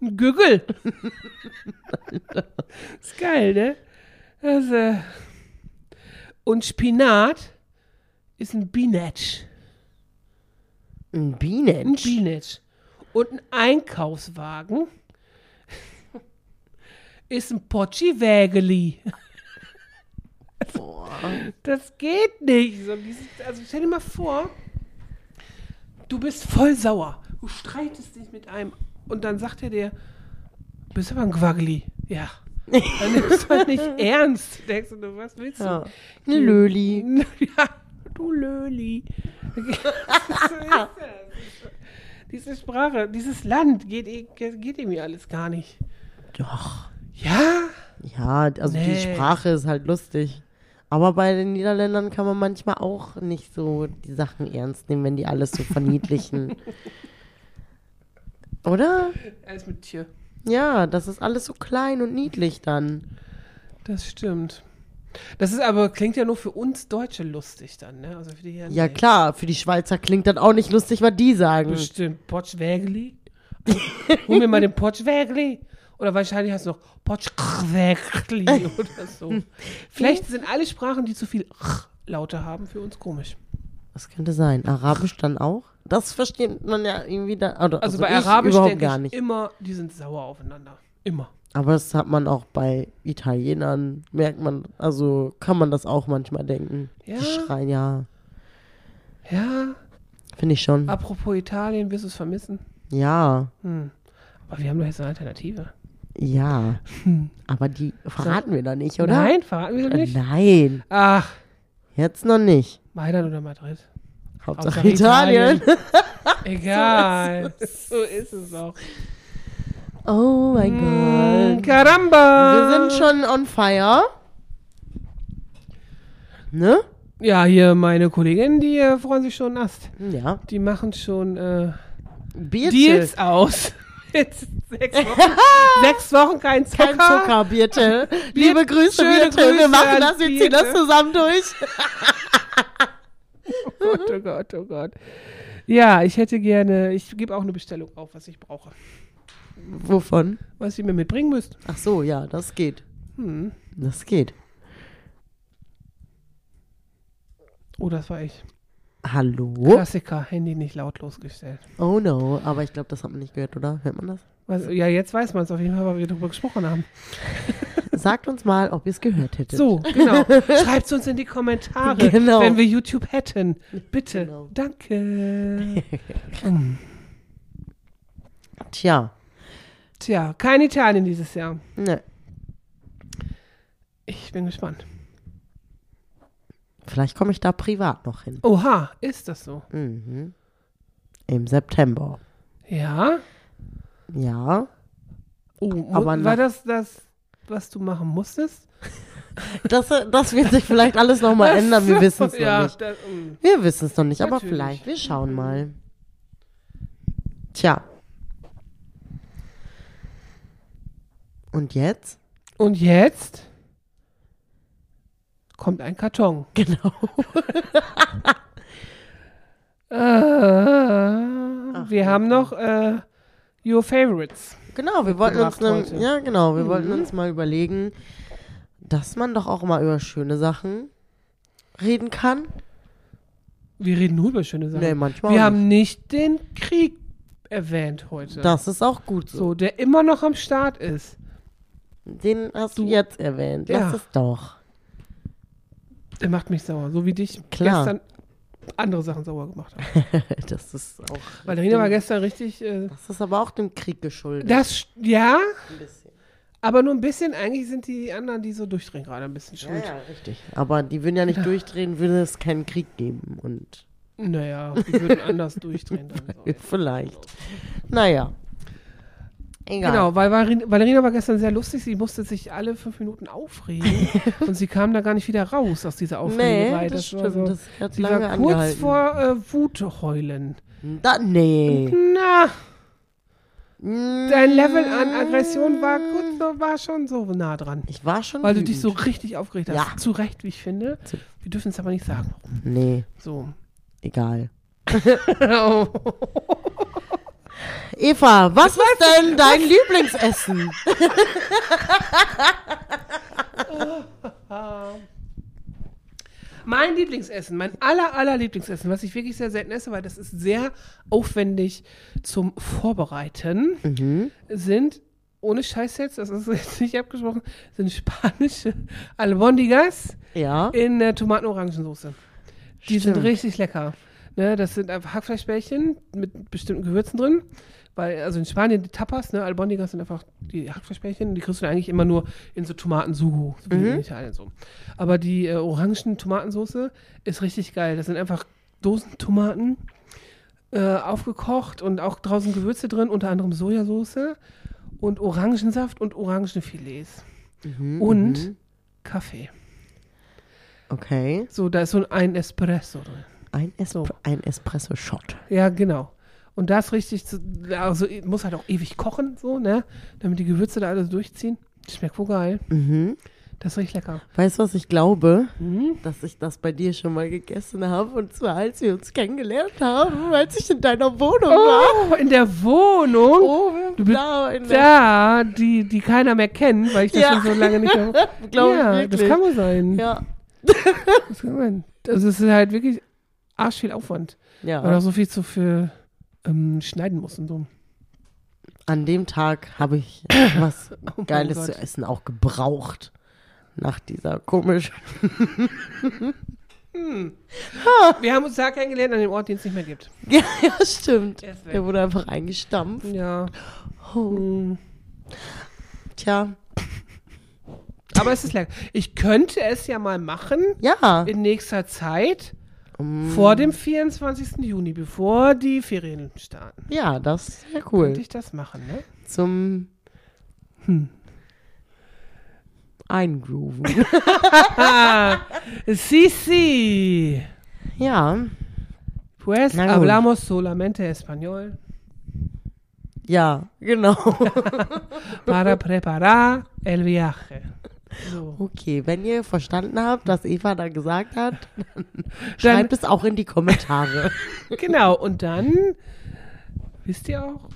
[SPEAKER 2] Ein Gügel. ist geil, ne? Das, äh und Spinat ist ein Binetsch.
[SPEAKER 3] Ein
[SPEAKER 2] Ein
[SPEAKER 3] Bienen?
[SPEAKER 2] Binetsch. Und ein Einkaufswagen ist ein Pochi-Wägeli. Das geht nicht. So dieses, also stell dir mal vor, du bist voll sauer. Du streitest dich mit einem und dann sagt er dir, du bist aber ein Quaggeli. Ja. Dann nimmst du halt nicht ernst. Denkst du, du, was willst du?
[SPEAKER 3] Ja. Eine Löli.
[SPEAKER 2] Ja, du Löli. Diese Sprache, dieses Land geht, eh- geht irgendwie alles gar nicht.
[SPEAKER 3] Doch.
[SPEAKER 2] Ja,
[SPEAKER 3] Ja, also die
[SPEAKER 2] Nee.
[SPEAKER 3] Sprache ist halt lustig. Aber bei den Niederländern kann man manchmal auch nicht so die Sachen ernst nehmen, wenn die alles so verniedlichen. Oder?
[SPEAKER 2] alles mit Tier.
[SPEAKER 3] Ja, das ist alles so klein und niedlich dann.
[SPEAKER 2] Das stimmt. Das ist aber, klingt ja nur für uns Deutsche lustig dann, ne? Also für die hier.
[SPEAKER 3] Ja,
[SPEAKER 2] nee.
[SPEAKER 3] klar, für die Schweizer klingt das auch nicht lustig, was die sagen.
[SPEAKER 2] Bestimmt. Potschwägli. Hol mir mal den Potschwägli. Oder wahrscheinlich heißt es noch Potschwägli oder so. Vielleicht sind alle Sprachen, die zu viel Laute haben, für uns komisch.
[SPEAKER 3] Das könnte sein. Arabisch dann auch? Das versteht man ja irgendwie da. Oder,
[SPEAKER 2] Also,
[SPEAKER 3] also,
[SPEAKER 2] bei
[SPEAKER 3] ich
[SPEAKER 2] Arabisch
[SPEAKER 3] überhaupt
[SPEAKER 2] denke
[SPEAKER 3] gar
[SPEAKER 2] ich
[SPEAKER 3] nicht.
[SPEAKER 2] immer, die sind sauer aufeinander. Immer.
[SPEAKER 3] Aber das hat man auch bei Italienern, merkt man, also kann man das auch manchmal denken.
[SPEAKER 2] Ja.
[SPEAKER 3] Die schreien, ja.
[SPEAKER 2] Ja,
[SPEAKER 3] Finde ich schon.
[SPEAKER 2] apropos Italien, wirst du es vermissen?
[SPEAKER 3] Ja.
[SPEAKER 2] Hm. Aber wir haben doch jetzt eine Alternative.
[SPEAKER 3] Ja. Aber die verraten wir doch nicht, oder?
[SPEAKER 2] Nein, verraten wir doch
[SPEAKER 3] Äh,
[SPEAKER 2] nicht.
[SPEAKER 3] Nein.
[SPEAKER 2] Ach,
[SPEAKER 3] Jetzt noch nicht.
[SPEAKER 2] Mailand oder Madrid?
[SPEAKER 3] Hauptsache, Italien.
[SPEAKER 2] Egal. so ist es auch.
[SPEAKER 3] Oh mein
[SPEAKER 2] Mm,
[SPEAKER 3] Gott. Hm, Wir
[SPEAKER 2] Caramba!
[SPEAKER 3] sind schon on fire. Ne?
[SPEAKER 2] Ja, hier meine Kolleginnen, die äh, freuen sich schon Ast.
[SPEAKER 3] Ja.
[SPEAKER 2] Die machen schon äh,
[SPEAKER 3] Bier
[SPEAKER 2] Deals aus. Jetzt sechs Wochen, sechs Wochen kein Zucker.
[SPEAKER 3] Kein Zucker, Birte. Liebe Grüße,
[SPEAKER 2] schöne
[SPEAKER 3] Birte.
[SPEAKER 2] Grüße
[SPEAKER 3] Wir machen
[SPEAKER 2] an
[SPEAKER 3] das, wir
[SPEAKER 2] Birte.
[SPEAKER 3] ziehen das zusammen durch.
[SPEAKER 2] Oh Gott, oh Gott, oh Gott. Ja, ich hätte gerne, ich gebe auch eine Bestellung auf, was ich brauche.
[SPEAKER 3] Wovon?
[SPEAKER 2] Was ihr mir mitbringen müsst.
[SPEAKER 3] Ach so, ja, das geht.
[SPEAKER 2] Hm.
[SPEAKER 3] Das geht.
[SPEAKER 2] Oh, das war ich.
[SPEAKER 3] Hallo?
[SPEAKER 2] Klassiker, Handy nicht lautlos gestellt.
[SPEAKER 3] Oh no, aber ich glaube, das hat man nicht gehört, oder? Hört man das?
[SPEAKER 2] Was, ja, jetzt weiß man es auf jeden Fall, weil wir darüber gesprochen haben.
[SPEAKER 3] Sagt uns mal, ob ihr es gehört hättet.
[SPEAKER 2] So, genau. Schreibt uns in die Kommentare,
[SPEAKER 3] Genau.
[SPEAKER 2] wenn wir YouTube hätten. Bitte.
[SPEAKER 3] Genau.
[SPEAKER 2] Danke.
[SPEAKER 3] Tja.
[SPEAKER 2] Tja, kein Italien dieses Jahr.
[SPEAKER 3] Ne.
[SPEAKER 2] Ich bin gespannt.
[SPEAKER 3] Vielleicht komme ich da privat noch hin.
[SPEAKER 2] Oha, ist das so?
[SPEAKER 3] Mhm. Im September.
[SPEAKER 2] Ja.
[SPEAKER 3] Ja.
[SPEAKER 2] Oh, mu-
[SPEAKER 3] Aber
[SPEAKER 2] war
[SPEAKER 3] nach-
[SPEAKER 2] das das, was du machen musstest?
[SPEAKER 3] Das, das wird sich vielleicht alles nochmal
[SPEAKER 2] Ach
[SPEAKER 3] ändern. Wir
[SPEAKER 2] so,
[SPEAKER 3] wissen es
[SPEAKER 2] ja,
[SPEAKER 3] noch nicht.
[SPEAKER 2] das- mm.
[SPEAKER 3] Wir wissen es noch nicht, aber
[SPEAKER 2] Natürlich.
[SPEAKER 3] vielleicht. Wir schauen mal. Tja. Und jetzt?
[SPEAKER 2] Und jetzt kommt ein Karton.
[SPEAKER 3] Genau.
[SPEAKER 2] Äh, wir haben noch äh, Your Favorites.
[SPEAKER 3] Genau, wir wollten uns,
[SPEAKER 2] gemacht
[SPEAKER 3] ne,
[SPEAKER 2] heute. Mhm.
[SPEAKER 3] ja, genau, wir wollten uns mal überlegen, dass man doch auch mal über schöne Sachen reden kann.
[SPEAKER 2] Wir reden nur über schöne Sachen.
[SPEAKER 3] Nee, manchmal
[SPEAKER 2] wir
[SPEAKER 3] auch
[SPEAKER 2] haben nicht den Krieg erwähnt heute.
[SPEAKER 3] Das ist auch gut so.
[SPEAKER 2] so, der immer noch am Start ist.
[SPEAKER 3] Den hast du jetzt erwähnt.
[SPEAKER 2] Ja.
[SPEAKER 3] Lass es doch.
[SPEAKER 2] Der macht mich sauer, so wie dich
[SPEAKER 3] Klar.
[SPEAKER 2] gestern andere Sachen sauer gemacht haben.
[SPEAKER 3] Das ist auch.
[SPEAKER 2] Valerina war gestern richtig. Äh,
[SPEAKER 3] Das ist aber auch dem Krieg geschuldet.
[SPEAKER 2] das, sch- ja,
[SPEAKER 3] ein bisschen.
[SPEAKER 2] aber nur ein bisschen. Eigentlich sind die anderen, die so durchdrehen, gerade ein bisschen
[SPEAKER 3] Ja,
[SPEAKER 2] schuld.
[SPEAKER 3] ja, richtig. Aber die würden ja nicht durchdrehen, würde es keinen Krieg geben. Und
[SPEAKER 2] Naja, die würden anders durchdrehen. Dann so.
[SPEAKER 3] vielleicht. Naja. Egal.
[SPEAKER 2] Genau, weil Valerin- Valerina war gestern sehr lustig. Sie musste sich alle fünf Minuten aufregen und sie kam da gar nicht wieder raus aus dieser
[SPEAKER 3] Nee,
[SPEAKER 2] Aufregerei.
[SPEAKER 3] das, stimmt.
[SPEAKER 2] War so,
[SPEAKER 3] das hat
[SPEAKER 2] sie
[SPEAKER 3] lange
[SPEAKER 2] war kurz
[SPEAKER 3] angehalten.
[SPEAKER 2] vor äh, Wut heulen.
[SPEAKER 3] Da, nee. Hm,
[SPEAKER 2] Na,
[SPEAKER 3] Dein
[SPEAKER 2] dein Level an Aggression war gut, so- war schon so nah dran.
[SPEAKER 3] Ich war schon.
[SPEAKER 2] Weil du dich so
[SPEAKER 3] wütend.
[SPEAKER 2] richtig aufgeregt hast.
[SPEAKER 3] Mhm. Ja.
[SPEAKER 2] Zu Recht, wie ich finde.
[SPEAKER 3] Zu-
[SPEAKER 2] Wir dürfen es aber nicht sagen.
[SPEAKER 3] Nee,
[SPEAKER 2] So.
[SPEAKER 3] egal.
[SPEAKER 2] Oh.
[SPEAKER 3] Eva, was ist denn dein Lieblingsessen?
[SPEAKER 2] Äh, Mein Lieblingsessen, mein aller, aller Lieblingsessen, was ich wirklich sehr selten esse, weil das ist sehr aufwendig zum Vorbereiten,
[SPEAKER 3] Mhm,
[SPEAKER 2] sind, ohne Scheiß jetzt, das ist jetzt nicht abgesprochen, sind spanische Albondigas
[SPEAKER 3] Ja.
[SPEAKER 2] in äh, Tomaten-Orangensoße. Die sind
[SPEAKER 3] Stimmt.
[SPEAKER 2] richtig lecker. Ne, das sind einfach Hackfleischbällchen mit bestimmten Gewürzen drin. Weil, also in Spanien die Tapas, ne, Albondigas sind einfach die Hackfleischbällchen, die kriegst du eigentlich immer nur in so Tomatensugo, so wie in Italien so. Aber die äh, orangen Tomatensoße ist richtig geil. Das sind einfach Dosentomaten äh, aufgekocht und auch draußen Gewürze drin, unter anderem Sojasauce und Orangensaft und Orangenfilets. und Kaffee.
[SPEAKER 3] Okay.
[SPEAKER 2] So, da ist so ein Espresso drin.
[SPEAKER 3] Ein, es
[SPEAKER 2] So.
[SPEAKER 3] ein Espresso-Shot.
[SPEAKER 2] Ja, genau. Und das richtig zu, also muss halt auch ewig kochen, so, ne? Damit die Gewürze da alles durchziehen. Schmeckt wohl geil.
[SPEAKER 3] Mhm.
[SPEAKER 2] Das riecht lecker.
[SPEAKER 3] Weißt du, was ich glaube?
[SPEAKER 2] Hm?
[SPEAKER 3] Dass ich das bei dir schon mal gegessen habe. Und zwar, als wir uns kennengelernt haben, als ich in deiner Wohnung war. Oh,
[SPEAKER 2] Oh, in der Wohnung.
[SPEAKER 3] Oben,
[SPEAKER 2] du bist
[SPEAKER 3] da, in der,
[SPEAKER 2] Da, die, die keiner mehr kennt, weil ich das
[SPEAKER 3] ne. Ja.
[SPEAKER 2] schon so lange nicht mehr.
[SPEAKER 3] glaube
[SPEAKER 2] ja,
[SPEAKER 3] ich wirklich.
[SPEAKER 2] das kann wohl sein.
[SPEAKER 3] ja,
[SPEAKER 2] Das kann sein. Also es ist halt wirklich arsch viel Aufwand, weil
[SPEAKER 3] ja.
[SPEAKER 2] auch so viel zu viel ähm, schneiden muss und so.
[SPEAKER 3] An dem Tag habe ich was
[SPEAKER 2] Oh mein
[SPEAKER 3] Geiles
[SPEAKER 2] Gott.
[SPEAKER 3] zu essen auch gebraucht. Nach dieser komischen.
[SPEAKER 2] Wir haben uns da kennengelernt an dem Ort, den es nicht mehr gibt.
[SPEAKER 3] Ja, ja, stimmt.
[SPEAKER 2] Er ist weg.
[SPEAKER 3] Der wurde einfach eingestampft.
[SPEAKER 2] Ja.
[SPEAKER 3] Oh,
[SPEAKER 2] Hm.
[SPEAKER 3] tja.
[SPEAKER 2] Aber es ist lecker. Ich könnte es ja mal machen
[SPEAKER 3] Ja. Um,
[SPEAKER 2] in nächster Zeit vor dem 24. Juni, bevor die Ferien starten.
[SPEAKER 3] Ja, das ist sehr
[SPEAKER 2] Könnte
[SPEAKER 3] cool.
[SPEAKER 2] ich Hm. das machen, ne?
[SPEAKER 3] Zum Eingrooven.
[SPEAKER 2] Sisi.
[SPEAKER 3] ja.
[SPEAKER 2] Pues
[SPEAKER 3] Na gut.
[SPEAKER 2] hablamos solamente español
[SPEAKER 3] Ja, genau.
[SPEAKER 2] para preparar el viaje. So.
[SPEAKER 3] Okay, wenn ihr verstanden habt, was Eva da gesagt hat,
[SPEAKER 2] Dann,
[SPEAKER 3] schreibt es auch in die Kommentare.
[SPEAKER 2] genau, und dann wisst ihr auch,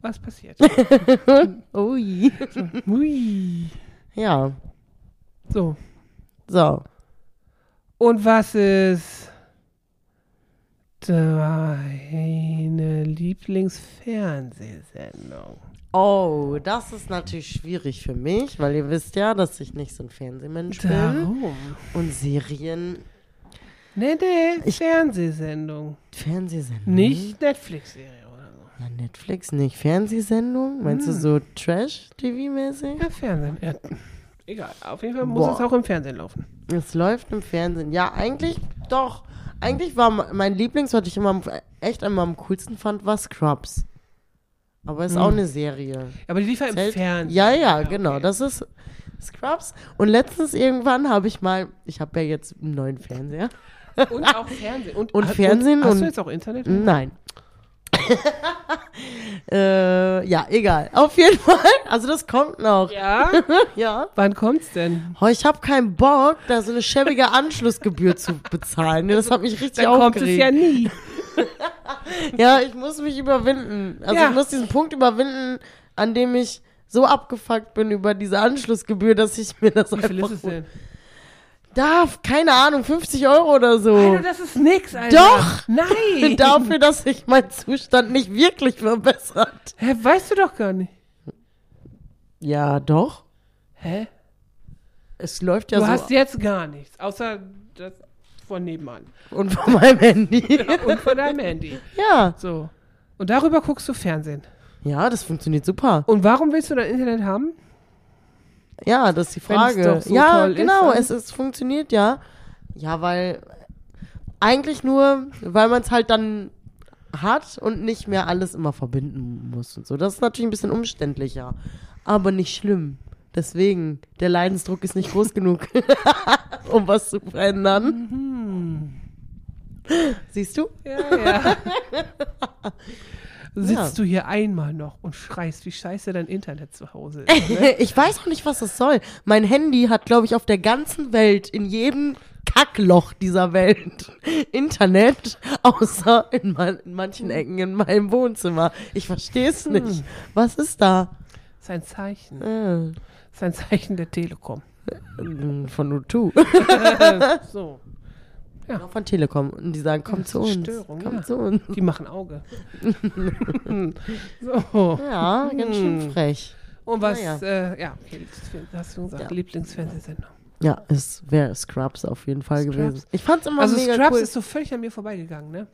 [SPEAKER 2] was passiert.
[SPEAKER 3] Ui.
[SPEAKER 2] Ui.
[SPEAKER 3] Ja.
[SPEAKER 2] So.
[SPEAKER 3] So.
[SPEAKER 2] Und was ist deine Lieblingsfernsehsendung?
[SPEAKER 3] Oh, das ist natürlich schwierig für mich, weil ihr wisst ja, dass ich nicht so ein Fernsehmensch bin.
[SPEAKER 2] Darum.
[SPEAKER 3] Und Serien,
[SPEAKER 2] Nee, nee,
[SPEAKER 3] Ich- Mhm.
[SPEAKER 2] Fernsehsendung.
[SPEAKER 3] Fernsehsendungen.
[SPEAKER 2] Nicht Netflix-Serie oder so.
[SPEAKER 3] Na, Netflix nicht. Fernsehsendung? Meinst du so Trash-TV-mäßig?
[SPEAKER 2] Ja, Fernsehen. Ja, egal, auf jeden Fall muss
[SPEAKER 3] Boah.
[SPEAKER 2] es auch im Fernsehen laufen.
[SPEAKER 3] Es läuft im Fernsehen. Ja, eigentlich doch. Eigentlich war me- mein Lieblings, was ich immer am- echt immer am coolsten fand, war Scrubs. Aber ist auch eine Serie.
[SPEAKER 2] Aber die lief ja Hm. im
[SPEAKER 3] Zählt-
[SPEAKER 2] Fernsehen.
[SPEAKER 3] Ja, ja, genau.
[SPEAKER 2] okay.
[SPEAKER 3] Das ist Scrubs. Und letztens irgendwann habe ich mal, ich habe ja jetzt einen neuen Fernseher.
[SPEAKER 2] Und auch Fernsehen. Und,
[SPEAKER 3] Und Fernsehen
[SPEAKER 2] und, Hast
[SPEAKER 3] und-
[SPEAKER 2] du jetzt auch Internet?
[SPEAKER 3] Nein. äh, ja, egal. Auf jeden Fall. Also das kommt noch.
[SPEAKER 2] Ja?
[SPEAKER 3] ja.
[SPEAKER 2] Wann kommt's denn?
[SPEAKER 3] Oh, ich habe keinen Bock, da so eine schäbige Anschlussgebühr zu bezahlen. Das hat mich richtig
[SPEAKER 2] Dann kommt es
[SPEAKER 3] aufgeregt.
[SPEAKER 2] ja nie.
[SPEAKER 3] ja, ich muss mich überwinden. Also
[SPEAKER 2] Ja.
[SPEAKER 3] ich muss diesen Punkt überwinden, an dem ich so abgefuckt bin über diese Anschlussgebühr, dass ich mir das
[SPEAKER 2] Wie viel
[SPEAKER 3] einfach
[SPEAKER 2] ist es denn?
[SPEAKER 3] darf. Keine Ahnung, 50 Euro oder so.
[SPEAKER 2] Alter, das ist nix, Alter.
[SPEAKER 3] Doch!
[SPEAKER 2] Nein!
[SPEAKER 3] Dafür, dass sich mein Zustand nicht wirklich verbessert.
[SPEAKER 2] Hä, weißt du doch gar nicht.
[SPEAKER 3] Ja, doch.
[SPEAKER 2] Hä?
[SPEAKER 3] Es läuft ja
[SPEAKER 2] du
[SPEAKER 3] so.
[SPEAKER 2] hast jetzt gar nichts, außer das von nebenan.
[SPEAKER 3] und von meinem Handy.
[SPEAKER 2] Und von deinem Handy.
[SPEAKER 3] Ja.
[SPEAKER 2] So. Und darüber guckst du Fernsehen.
[SPEAKER 3] Ja, das funktioniert super.
[SPEAKER 2] Und warum willst du dein Internet haben?
[SPEAKER 3] Ja, das ist die
[SPEAKER 2] Wenn's
[SPEAKER 3] Frage.
[SPEAKER 2] doch so
[SPEAKER 3] ja,
[SPEAKER 2] toll ist,
[SPEAKER 3] genau,
[SPEAKER 2] dann-
[SPEAKER 3] es, es funktioniert ja. Ja, weil eigentlich nur, weil man es halt dann hat und nicht mehr alles immer verbinden muss und so. Das ist natürlich ein bisschen umständlicher, aber nicht schlimm. Deswegen, der Leidensdruck ist nicht groß genug, um was zu verändern.
[SPEAKER 2] Mhm.
[SPEAKER 3] Siehst du?
[SPEAKER 2] Ja, ja. Sitzt du
[SPEAKER 3] Ja.
[SPEAKER 2] hier einmal noch und schreist, wie scheiße dein Internet zu Hause ist.
[SPEAKER 3] ich weiß auch nicht, was das soll. Mein Handy hat, glaube ich, auf der ganzen Welt, in jedem Kackloch dieser Welt, Internet, außer in, man, in manchen Ecken in meinem Wohnzimmer. Ich verstehe es
[SPEAKER 2] Hm.
[SPEAKER 3] nicht. Was ist da?
[SPEAKER 2] Das ist ein Zeichen.
[SPEAKER 3] Äh,
[SPEAKER 2] Das ist ein Zeichen der Telekom.
[SPEAKER 3] von U2.
[SPEAKER 2] so.
[SPEAKER 3] Auch von Telekom. Und die sagen, komm zu
[SPEAKER 2] eine
[SPEAKER 3] uns.
[SPEAKER 2] Störung,
[SPEAKER 3] komm
[SPEAKER 2] ja.
[SPEAKER 3] zu uns.
[SPEAKER 2] Die machen Auge. so.
[SPEAKER 3] Ja, ganz schön
[SPEAKER 2] Hm.
[SPEAKER 3] frech.
[SPEAKER 2] Und was,
[SPEAKER 3] Naja.
[SPEAKER 2] äh, ja, okay, Lieblingsfer- hast du gesagt,
[SPEAKER 3] Ja.
[SPEAKER 2] Lieblingsfernsehsendung.
[SPEAKER 3] Ja, es wäre Scrubs auf jeden Fall
[SPEAKER 2] Scrubs.
[SPEAKER 3] gewesen. Ich fand's immer
[SPEAKER 2] Also
[SPEAKER 3] mega
[SPEAKER 2] Scrubs
[SPEAKER 3] cool.
[SPEAKER 2] ist so völlig an mir vorbeigegangen, ne?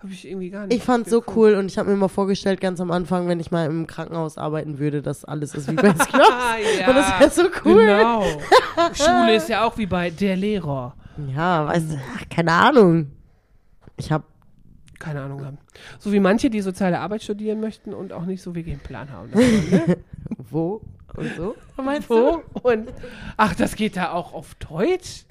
[SPEAKER 2] Hab ich irgendwie gar nicht.
[SPEAKER 3] Ich fand's so
[SPEAKER 2] geguckt.
[SPEAKER 3] cool und ich habe mir mal vorgestellt, ganz am Anfang, wenn ich mal im Krankenhaus arbeiten würde, dass alles ist wie bei Scrubs.
[SPEAKER 2] Ah, ja.
[SPEAKER 3] Und das wäre so cool.
[SPEAKER 2] Genau. Schule ist ja auch wie bei der Lehrer.
[SPEAKER 3] Ja, weißt du, ach, keine Ahnung. Ich habe
[SPEAKER 2] Keine Ahnung ähm, haben. So wie manche, die soziale Arbeit studieren möchten und auch nicht so wirklich einen Plan haben. davon, ne?
[SPEAKER 3] wo?
[SPEAKER 2] und so.
[SPEAKER 3] Meinst
[SPEAKER 2] Wo? Und ach, das geht da auch auf Deutsch?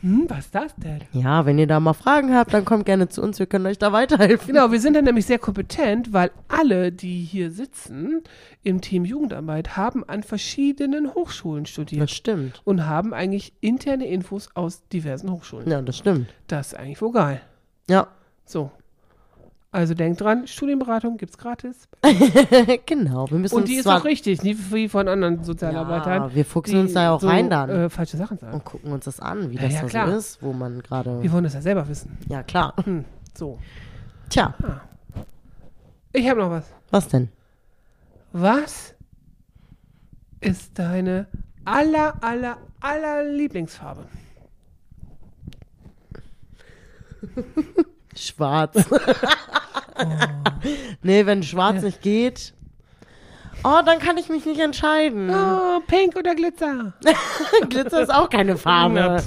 [SPEAKER 2] Hm, was ist das denn?
[SPEAKER 3] Ja, wenn ihr da mal Fragen habt, dann kommt gerne zu uns, wir können euch da weiterhelfen.
[SPEAKER 2] Genau, wir sind dann nämlich sehr kompetent, weil alle, die hier sitzen im Team Jugendarbeit, haben an verschiedenen Hochschulen
[SPEAKER 3] Das
[SPEAKER 2] studiert
[SPEAKER 3] stimmt.
[SPEAKER 2] und haben eigentlich interne Infos aus diversen Hochschulen.
[SPEAKER 3] Ja, das stimmt.
[SPEAKER 2] Das ist eigentlich wohl geil.
[SPEAKER 3] Ja,
[SPEAKER 2] So. Also denkt dran, Studienberatung gibt's gratis.
[SPEAKER 3] genau. Wir müssen
[SPEAKER 2] Und die
[SPEAKER 3] uns
[SPEAKER 2] ist
[SPEAKER 3] zwar
[SPEAKER 2] auch richtig, nicht wie von anderen Sozialarbeitern.
[SPEAKER 3] Ja, wir fuchsen
[SPEAKER 2] die
[SPEAKER 3] uns da ja auch
[SPEAKER 2] so,
[SPEAKER 3] rein dann. Oh.
[SPEAKER 2] Äh, falsche Sachen sagen.
[SPEAKER 3] und gucken uns das an, wie
[SPEAKER 2] Ja,
[SPEAKER 3] das
[SPEAKER 2] ja,
[SPEAKER 3] da
[SPEAKER 2] klar.
[SPEAKER 3] so ist, wo man
[SPEAKER 2] Wir
[SPEAKER 3] gerade.
[SPEAKER 2] wollen das ja selber wissen.
[SPEAKER 3] Ja, klar.
[SPEAKER 2] Hm, so.
[SPEAKER 3] Tja,
[SPEAKER 2] Ich habe noch was.
[SPEAKER 3] was denn?
[SPEAKER 2] Was ist deine aller, aller, aller Lieblingsfarbe?
[SPEAKER 3] Schwarz. nee, wenn schwarz nicht geht. Oh, dann kann ich mich nicht entscheiden.
[SPEAKER 2] Oh, pink oder Glitzer?
[SPEAKER 3] Glitzer ist auch keine Farbe.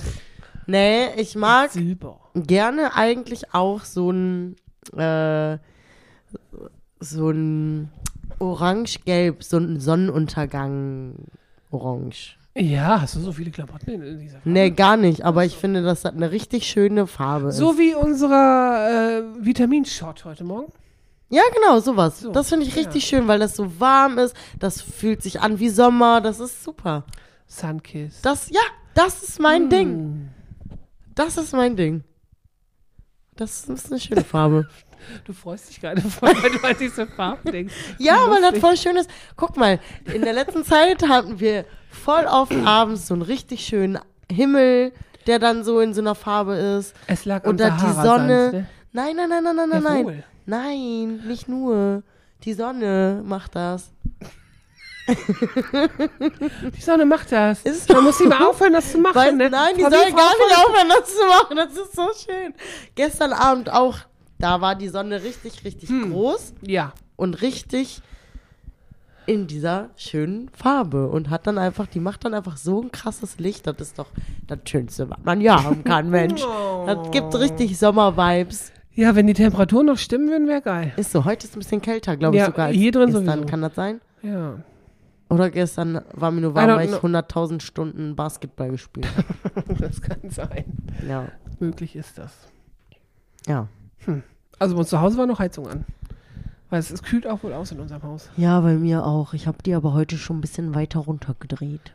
[SPEAKER 3] Nee, ich mag
[SPEAKER 2] Silber.
[SPEAKER 3] gerne eigentlich auch so ein äh, so ein orange-gelb, so ein Sonnenuntergang orange.
[SPEAKER 2] Ja, hast du so viele Klamotten in, in dieser Farbe?
[SPEAKER 3] Nee, gar nicht, aber ich finde, dass das eine richtig schöne Farbe ist.
[SPEAKER 2] So wie unser äh, Vitaminshot heute Morgen.
[SPEAKER 3] Ja, genau, sowas.
[SPEAKER 2] So,
[SPEAKER 3] das finde ich richtig schön, weil das so warm ist, das fühlt sich an wie Sommer, das ist super.
[SPEAKER 2] Sunkiss.
[SPEAKER 3] Das, ja, das ist mein
[SPEAKER 2] Hm.
[SPEAKER 3] Ding. Das ist mein Ding. Das ist eine schöne Farbe.
[SPEAKER 2] Du freust dich gerade voll, weil du an diese Farbe denkst.
[SPEAKER 3] Ja,
[SPEAKER 2] Wie
[SPEAKER 3] weil das
[SPEAKER 2] lustig.
[SPEAKER 3] voll schön ist. Guck mal, in der letzten Zeit hatten wir voll oft abends so einen richtig schönen Himmel, der dann so in so einer Farbe ist.
[SPEAKER 2] Es lag am
[SPEAKER 3] Oder die
[SPEAKER 2] Sahara-Sand,
[SPEAKER 3] Sonne.
[SPEAKER 2] ne?
[SPEAKER 3] Nein, nein, nein, nein, nein,
[SPEAKER 2] Ja,
[SPEAKER 3] nein.
[SPEAKER 2] wohl.
[SPEAKER 3] Nein, nicht nur. Die Sonne macht das.
[SPEAKER 2] Die Sonne macht das.
[SPEAKER 3] Ist-
[SPEAKER 2] Man muss sie mal aufhören, das zu machen.
[SPEAKER 3] Weil,
[SPEAKER 2] ne?
[SPEAKER 3] nein, die
[SPEAKER 2] Frau
[SPEAKER 3] sollen gar
[SPEAKER 2] Wiefrau,
[SPEAKER 3] nicht aufhören, das zu machen. Das ist so schön. Gestern Abend auch, da war die Sonne richtig, richtig groß
[SPEAKER 2] Ja.
[SPEAKER 3] und richtig in dieser schönen Farbe und hat dann einfach, die macht dann einfach so ein krasses Licht. Das ist doch das Schönste, was man ja haben kann, Mensch. Das gibt richtig Sommer-Vibes.
[SPEAKER 2] ja, wenn die Temperaturen noch stimmen würden, wäre geil.
[SPEAKER 3] Ist so, heute ist ein bisschen kälter, glaube ich
[SPEAKER 2] Ja,
[SPEAKER 3] sogar.
[SPEAKER 2] hier drin
[SPEAKER 3] gestern.
[SPEAKER 2] sowieso.
[SPEAKER 3] Kann das sein?
[SPEAKER 2] Ja.
[SPEAKER 3] Oder gestern war mir nur
[SPEAKER 2] I
[SPEAKER 3] warm,
[SPEAKER 2] don't
[SPEAKER 3] weil ich
[SPEAKER 2] know.
[SPEAKER 3] 100.000 Stunden Basketball gespielt habe.
[SPEAKER 2] Das kann sein.
[SPEAKER 3] ja.
[SPEAKER 2] Möglich ist das.
[SPEAKER 3] ja.
[SPEAKER 2] Also bei uns zu Hause war noch Heizung an. Weil es, es kühlt auch wohl aus in unserem Haus.
[SPEAKER 3] Ja, bei mir auch. Ich habe die aber heute schon ein bisschen weiter runtergedreht.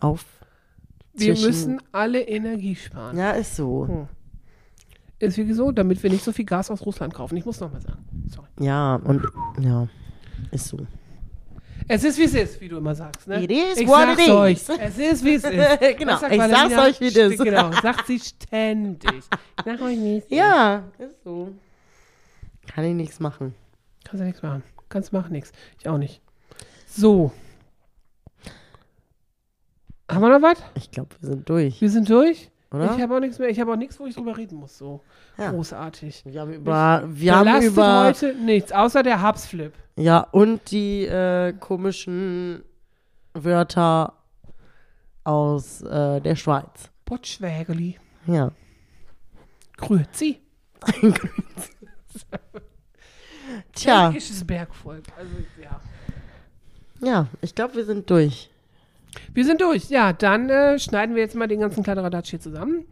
[SPEAKER 3] Auf.
[SPEAKER 2] Wir
[SPEAKER 3] Zwischen-
[SPEAKER 2] müssen alle Energie sparen.
[SPEAKER 3] Ja, ist so.
[SPEAKER 2] Ist wie so, damit wir nicht so viel Gas aus Russland kaufen. Ich muss nochmal sagen. Sorry.
[SPEAKER 3] Ja, und ja, ist so.
[SPEAKER 2] Es ist wie es ist, wie du immer sagst. Ne?
[SPEAKER 3] It is
[SPEAKER 2] ich
[SPEAKER 3] what it
[SPEAKER 2] sag's
[SPEAKER 3] is.
[SPEAKER 2] Euch. Es ist wie es ist.
[SPEAKER 3] Genau,
[SPEAKER 2] Das sagt
[SPEAKER 3] ich sag's
[SPEAKER 2] Valentina
[SPEAKER 3] euch, wie es ist.
[SPEAKER 2] st- Genau, sagt sie ständig. Ich sag euch nichts.
[SPEAKER 3] Ja, ist so. Kann ich nichts machen.
[SPEAKER 2] Kannst ja nichts machen. Kannst machen nichts. Ich auch nicht. So. Haben wir noch was?
[SPEAKER 3] Ich glaube, wir sind durch,
[SPEAKER 2] Wir sind durch.
[SPEAKER 3] oder?
[SPEAKER 2] Ich habe auch nichts mehr. Ich habe auch nichts, wo ich drüber reden muss. So
[SPEAKER 3] Ja.
[SPEAKER 2] großartig.
[SPEAKER 3] wir haben über, wir haben
[SPEAKER 2] Belastet
[SPEAKER 3] über
[SPEAKER 2] heute nichts, außer der Hubsflip.
[SPEAKER 3] ja und die äh, komischen Wörter aus äh, der Schweiz.
[SPEAKER 2] Potschwägeli.
[SPEAKER 3] Ja.
[SPEAKER 2] Grüezi.
[SPEAKER 3] Tja,
[SPEAKER 2] Belgisches Bergvolk. Also, ja.
[SPEAKER 3] ja, ich glaube, wir sind durch.
[SPEAKER 2] Wir sind durch. Ja, dann äh, schneiden wir jetzt mal den ganzen Kladderadatsch hier zusammen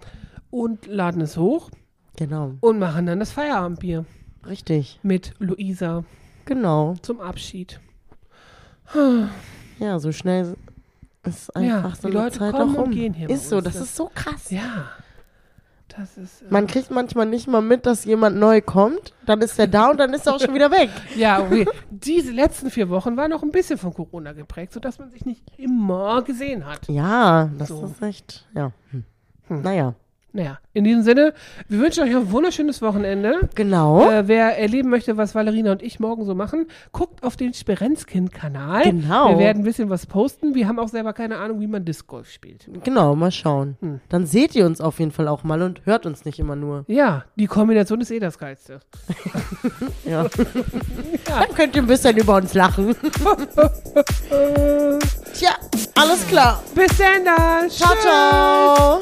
[SPEAKER 2] und laden es hoch
[SPEAKER 3] Genau,
[SPEAKER 2] und machen dann das Feierabendbier
[SPEAKER 3] richtig.
[SPEAKER 2] mit Luisa
[SPEAKER 3] Genau.
[SPEAKER 2] zum Abschied.
[SPEAKER 3] Ja, so schnell ist einfach so
[SPEAKER 2] die
[SPEAKER 3] eine
[SPEAKER 2] Leute
[SPEAKER 3] Zeit
[SPEAKER 2] kommen
[SPEAKER 3] auch rum.
[SPEAKER 2] und gehen hier bei
[SPEAKER 3] ist so,
[SPEAKER 2] uns,
[SPEAKER 3] das
[SPEAKER 2] ne?
[SPEAKER 3] ist so krass.
[SPEAKER 2] Ja. Das ist. Äh,
[SPEAKER 3] Man kriegt manchmal nicht mal mit, dass jemand neu kommt, dann ist der da und dann ist er auch schon wieder weg.
[SPEAKER 2] ja, okay. diese letzten vier Wochen waren noch ein bisschen von Corona geprägt, sodass man sich nicht immer gesehen hat.
[SPEAKER 3] Ja, das
[SPEAKER 2] So.
[SPEAKER 3] ist echt, ja. Hm. Naja,
[SPEAKER 2] Naja, in diesem Sinne, wir wünschen euch ein wunderschönes Wochenende.
[SPEAKER 3] genau.
[SPEAKER 2] Äh, wer erleben möchte, was Valerina und ich morgen so machen, guckt auf den Sperenzkin-Kanal.
[SPEAKER 3] Genau.
[SPEAKER 2] Wir werden ein bisschen was posten. Wir haben auch selber keine Ahnung, wie man Disc Golf spielt.
[SPEAKER 3] Genau, mal schauen.
[SPEAKER 2] Hm.
[SPEAKER 3] Dann seht ihr uns auf jeden Fall auch mal und hört uns nicht immer nur.
[SPEAKER 2] Ja, die Kombination ist eh das Geilste.
[SPEAKER 3] Ja. dann könnt ihr ein bisschen über uns lachen. Tja, alles klar.
[SPEAKER 2] Bis dann dann.
[SPEAKER 3] Ciao,
[SPEAKER 2] Tschüss.
[SPEAKER 3] ciao.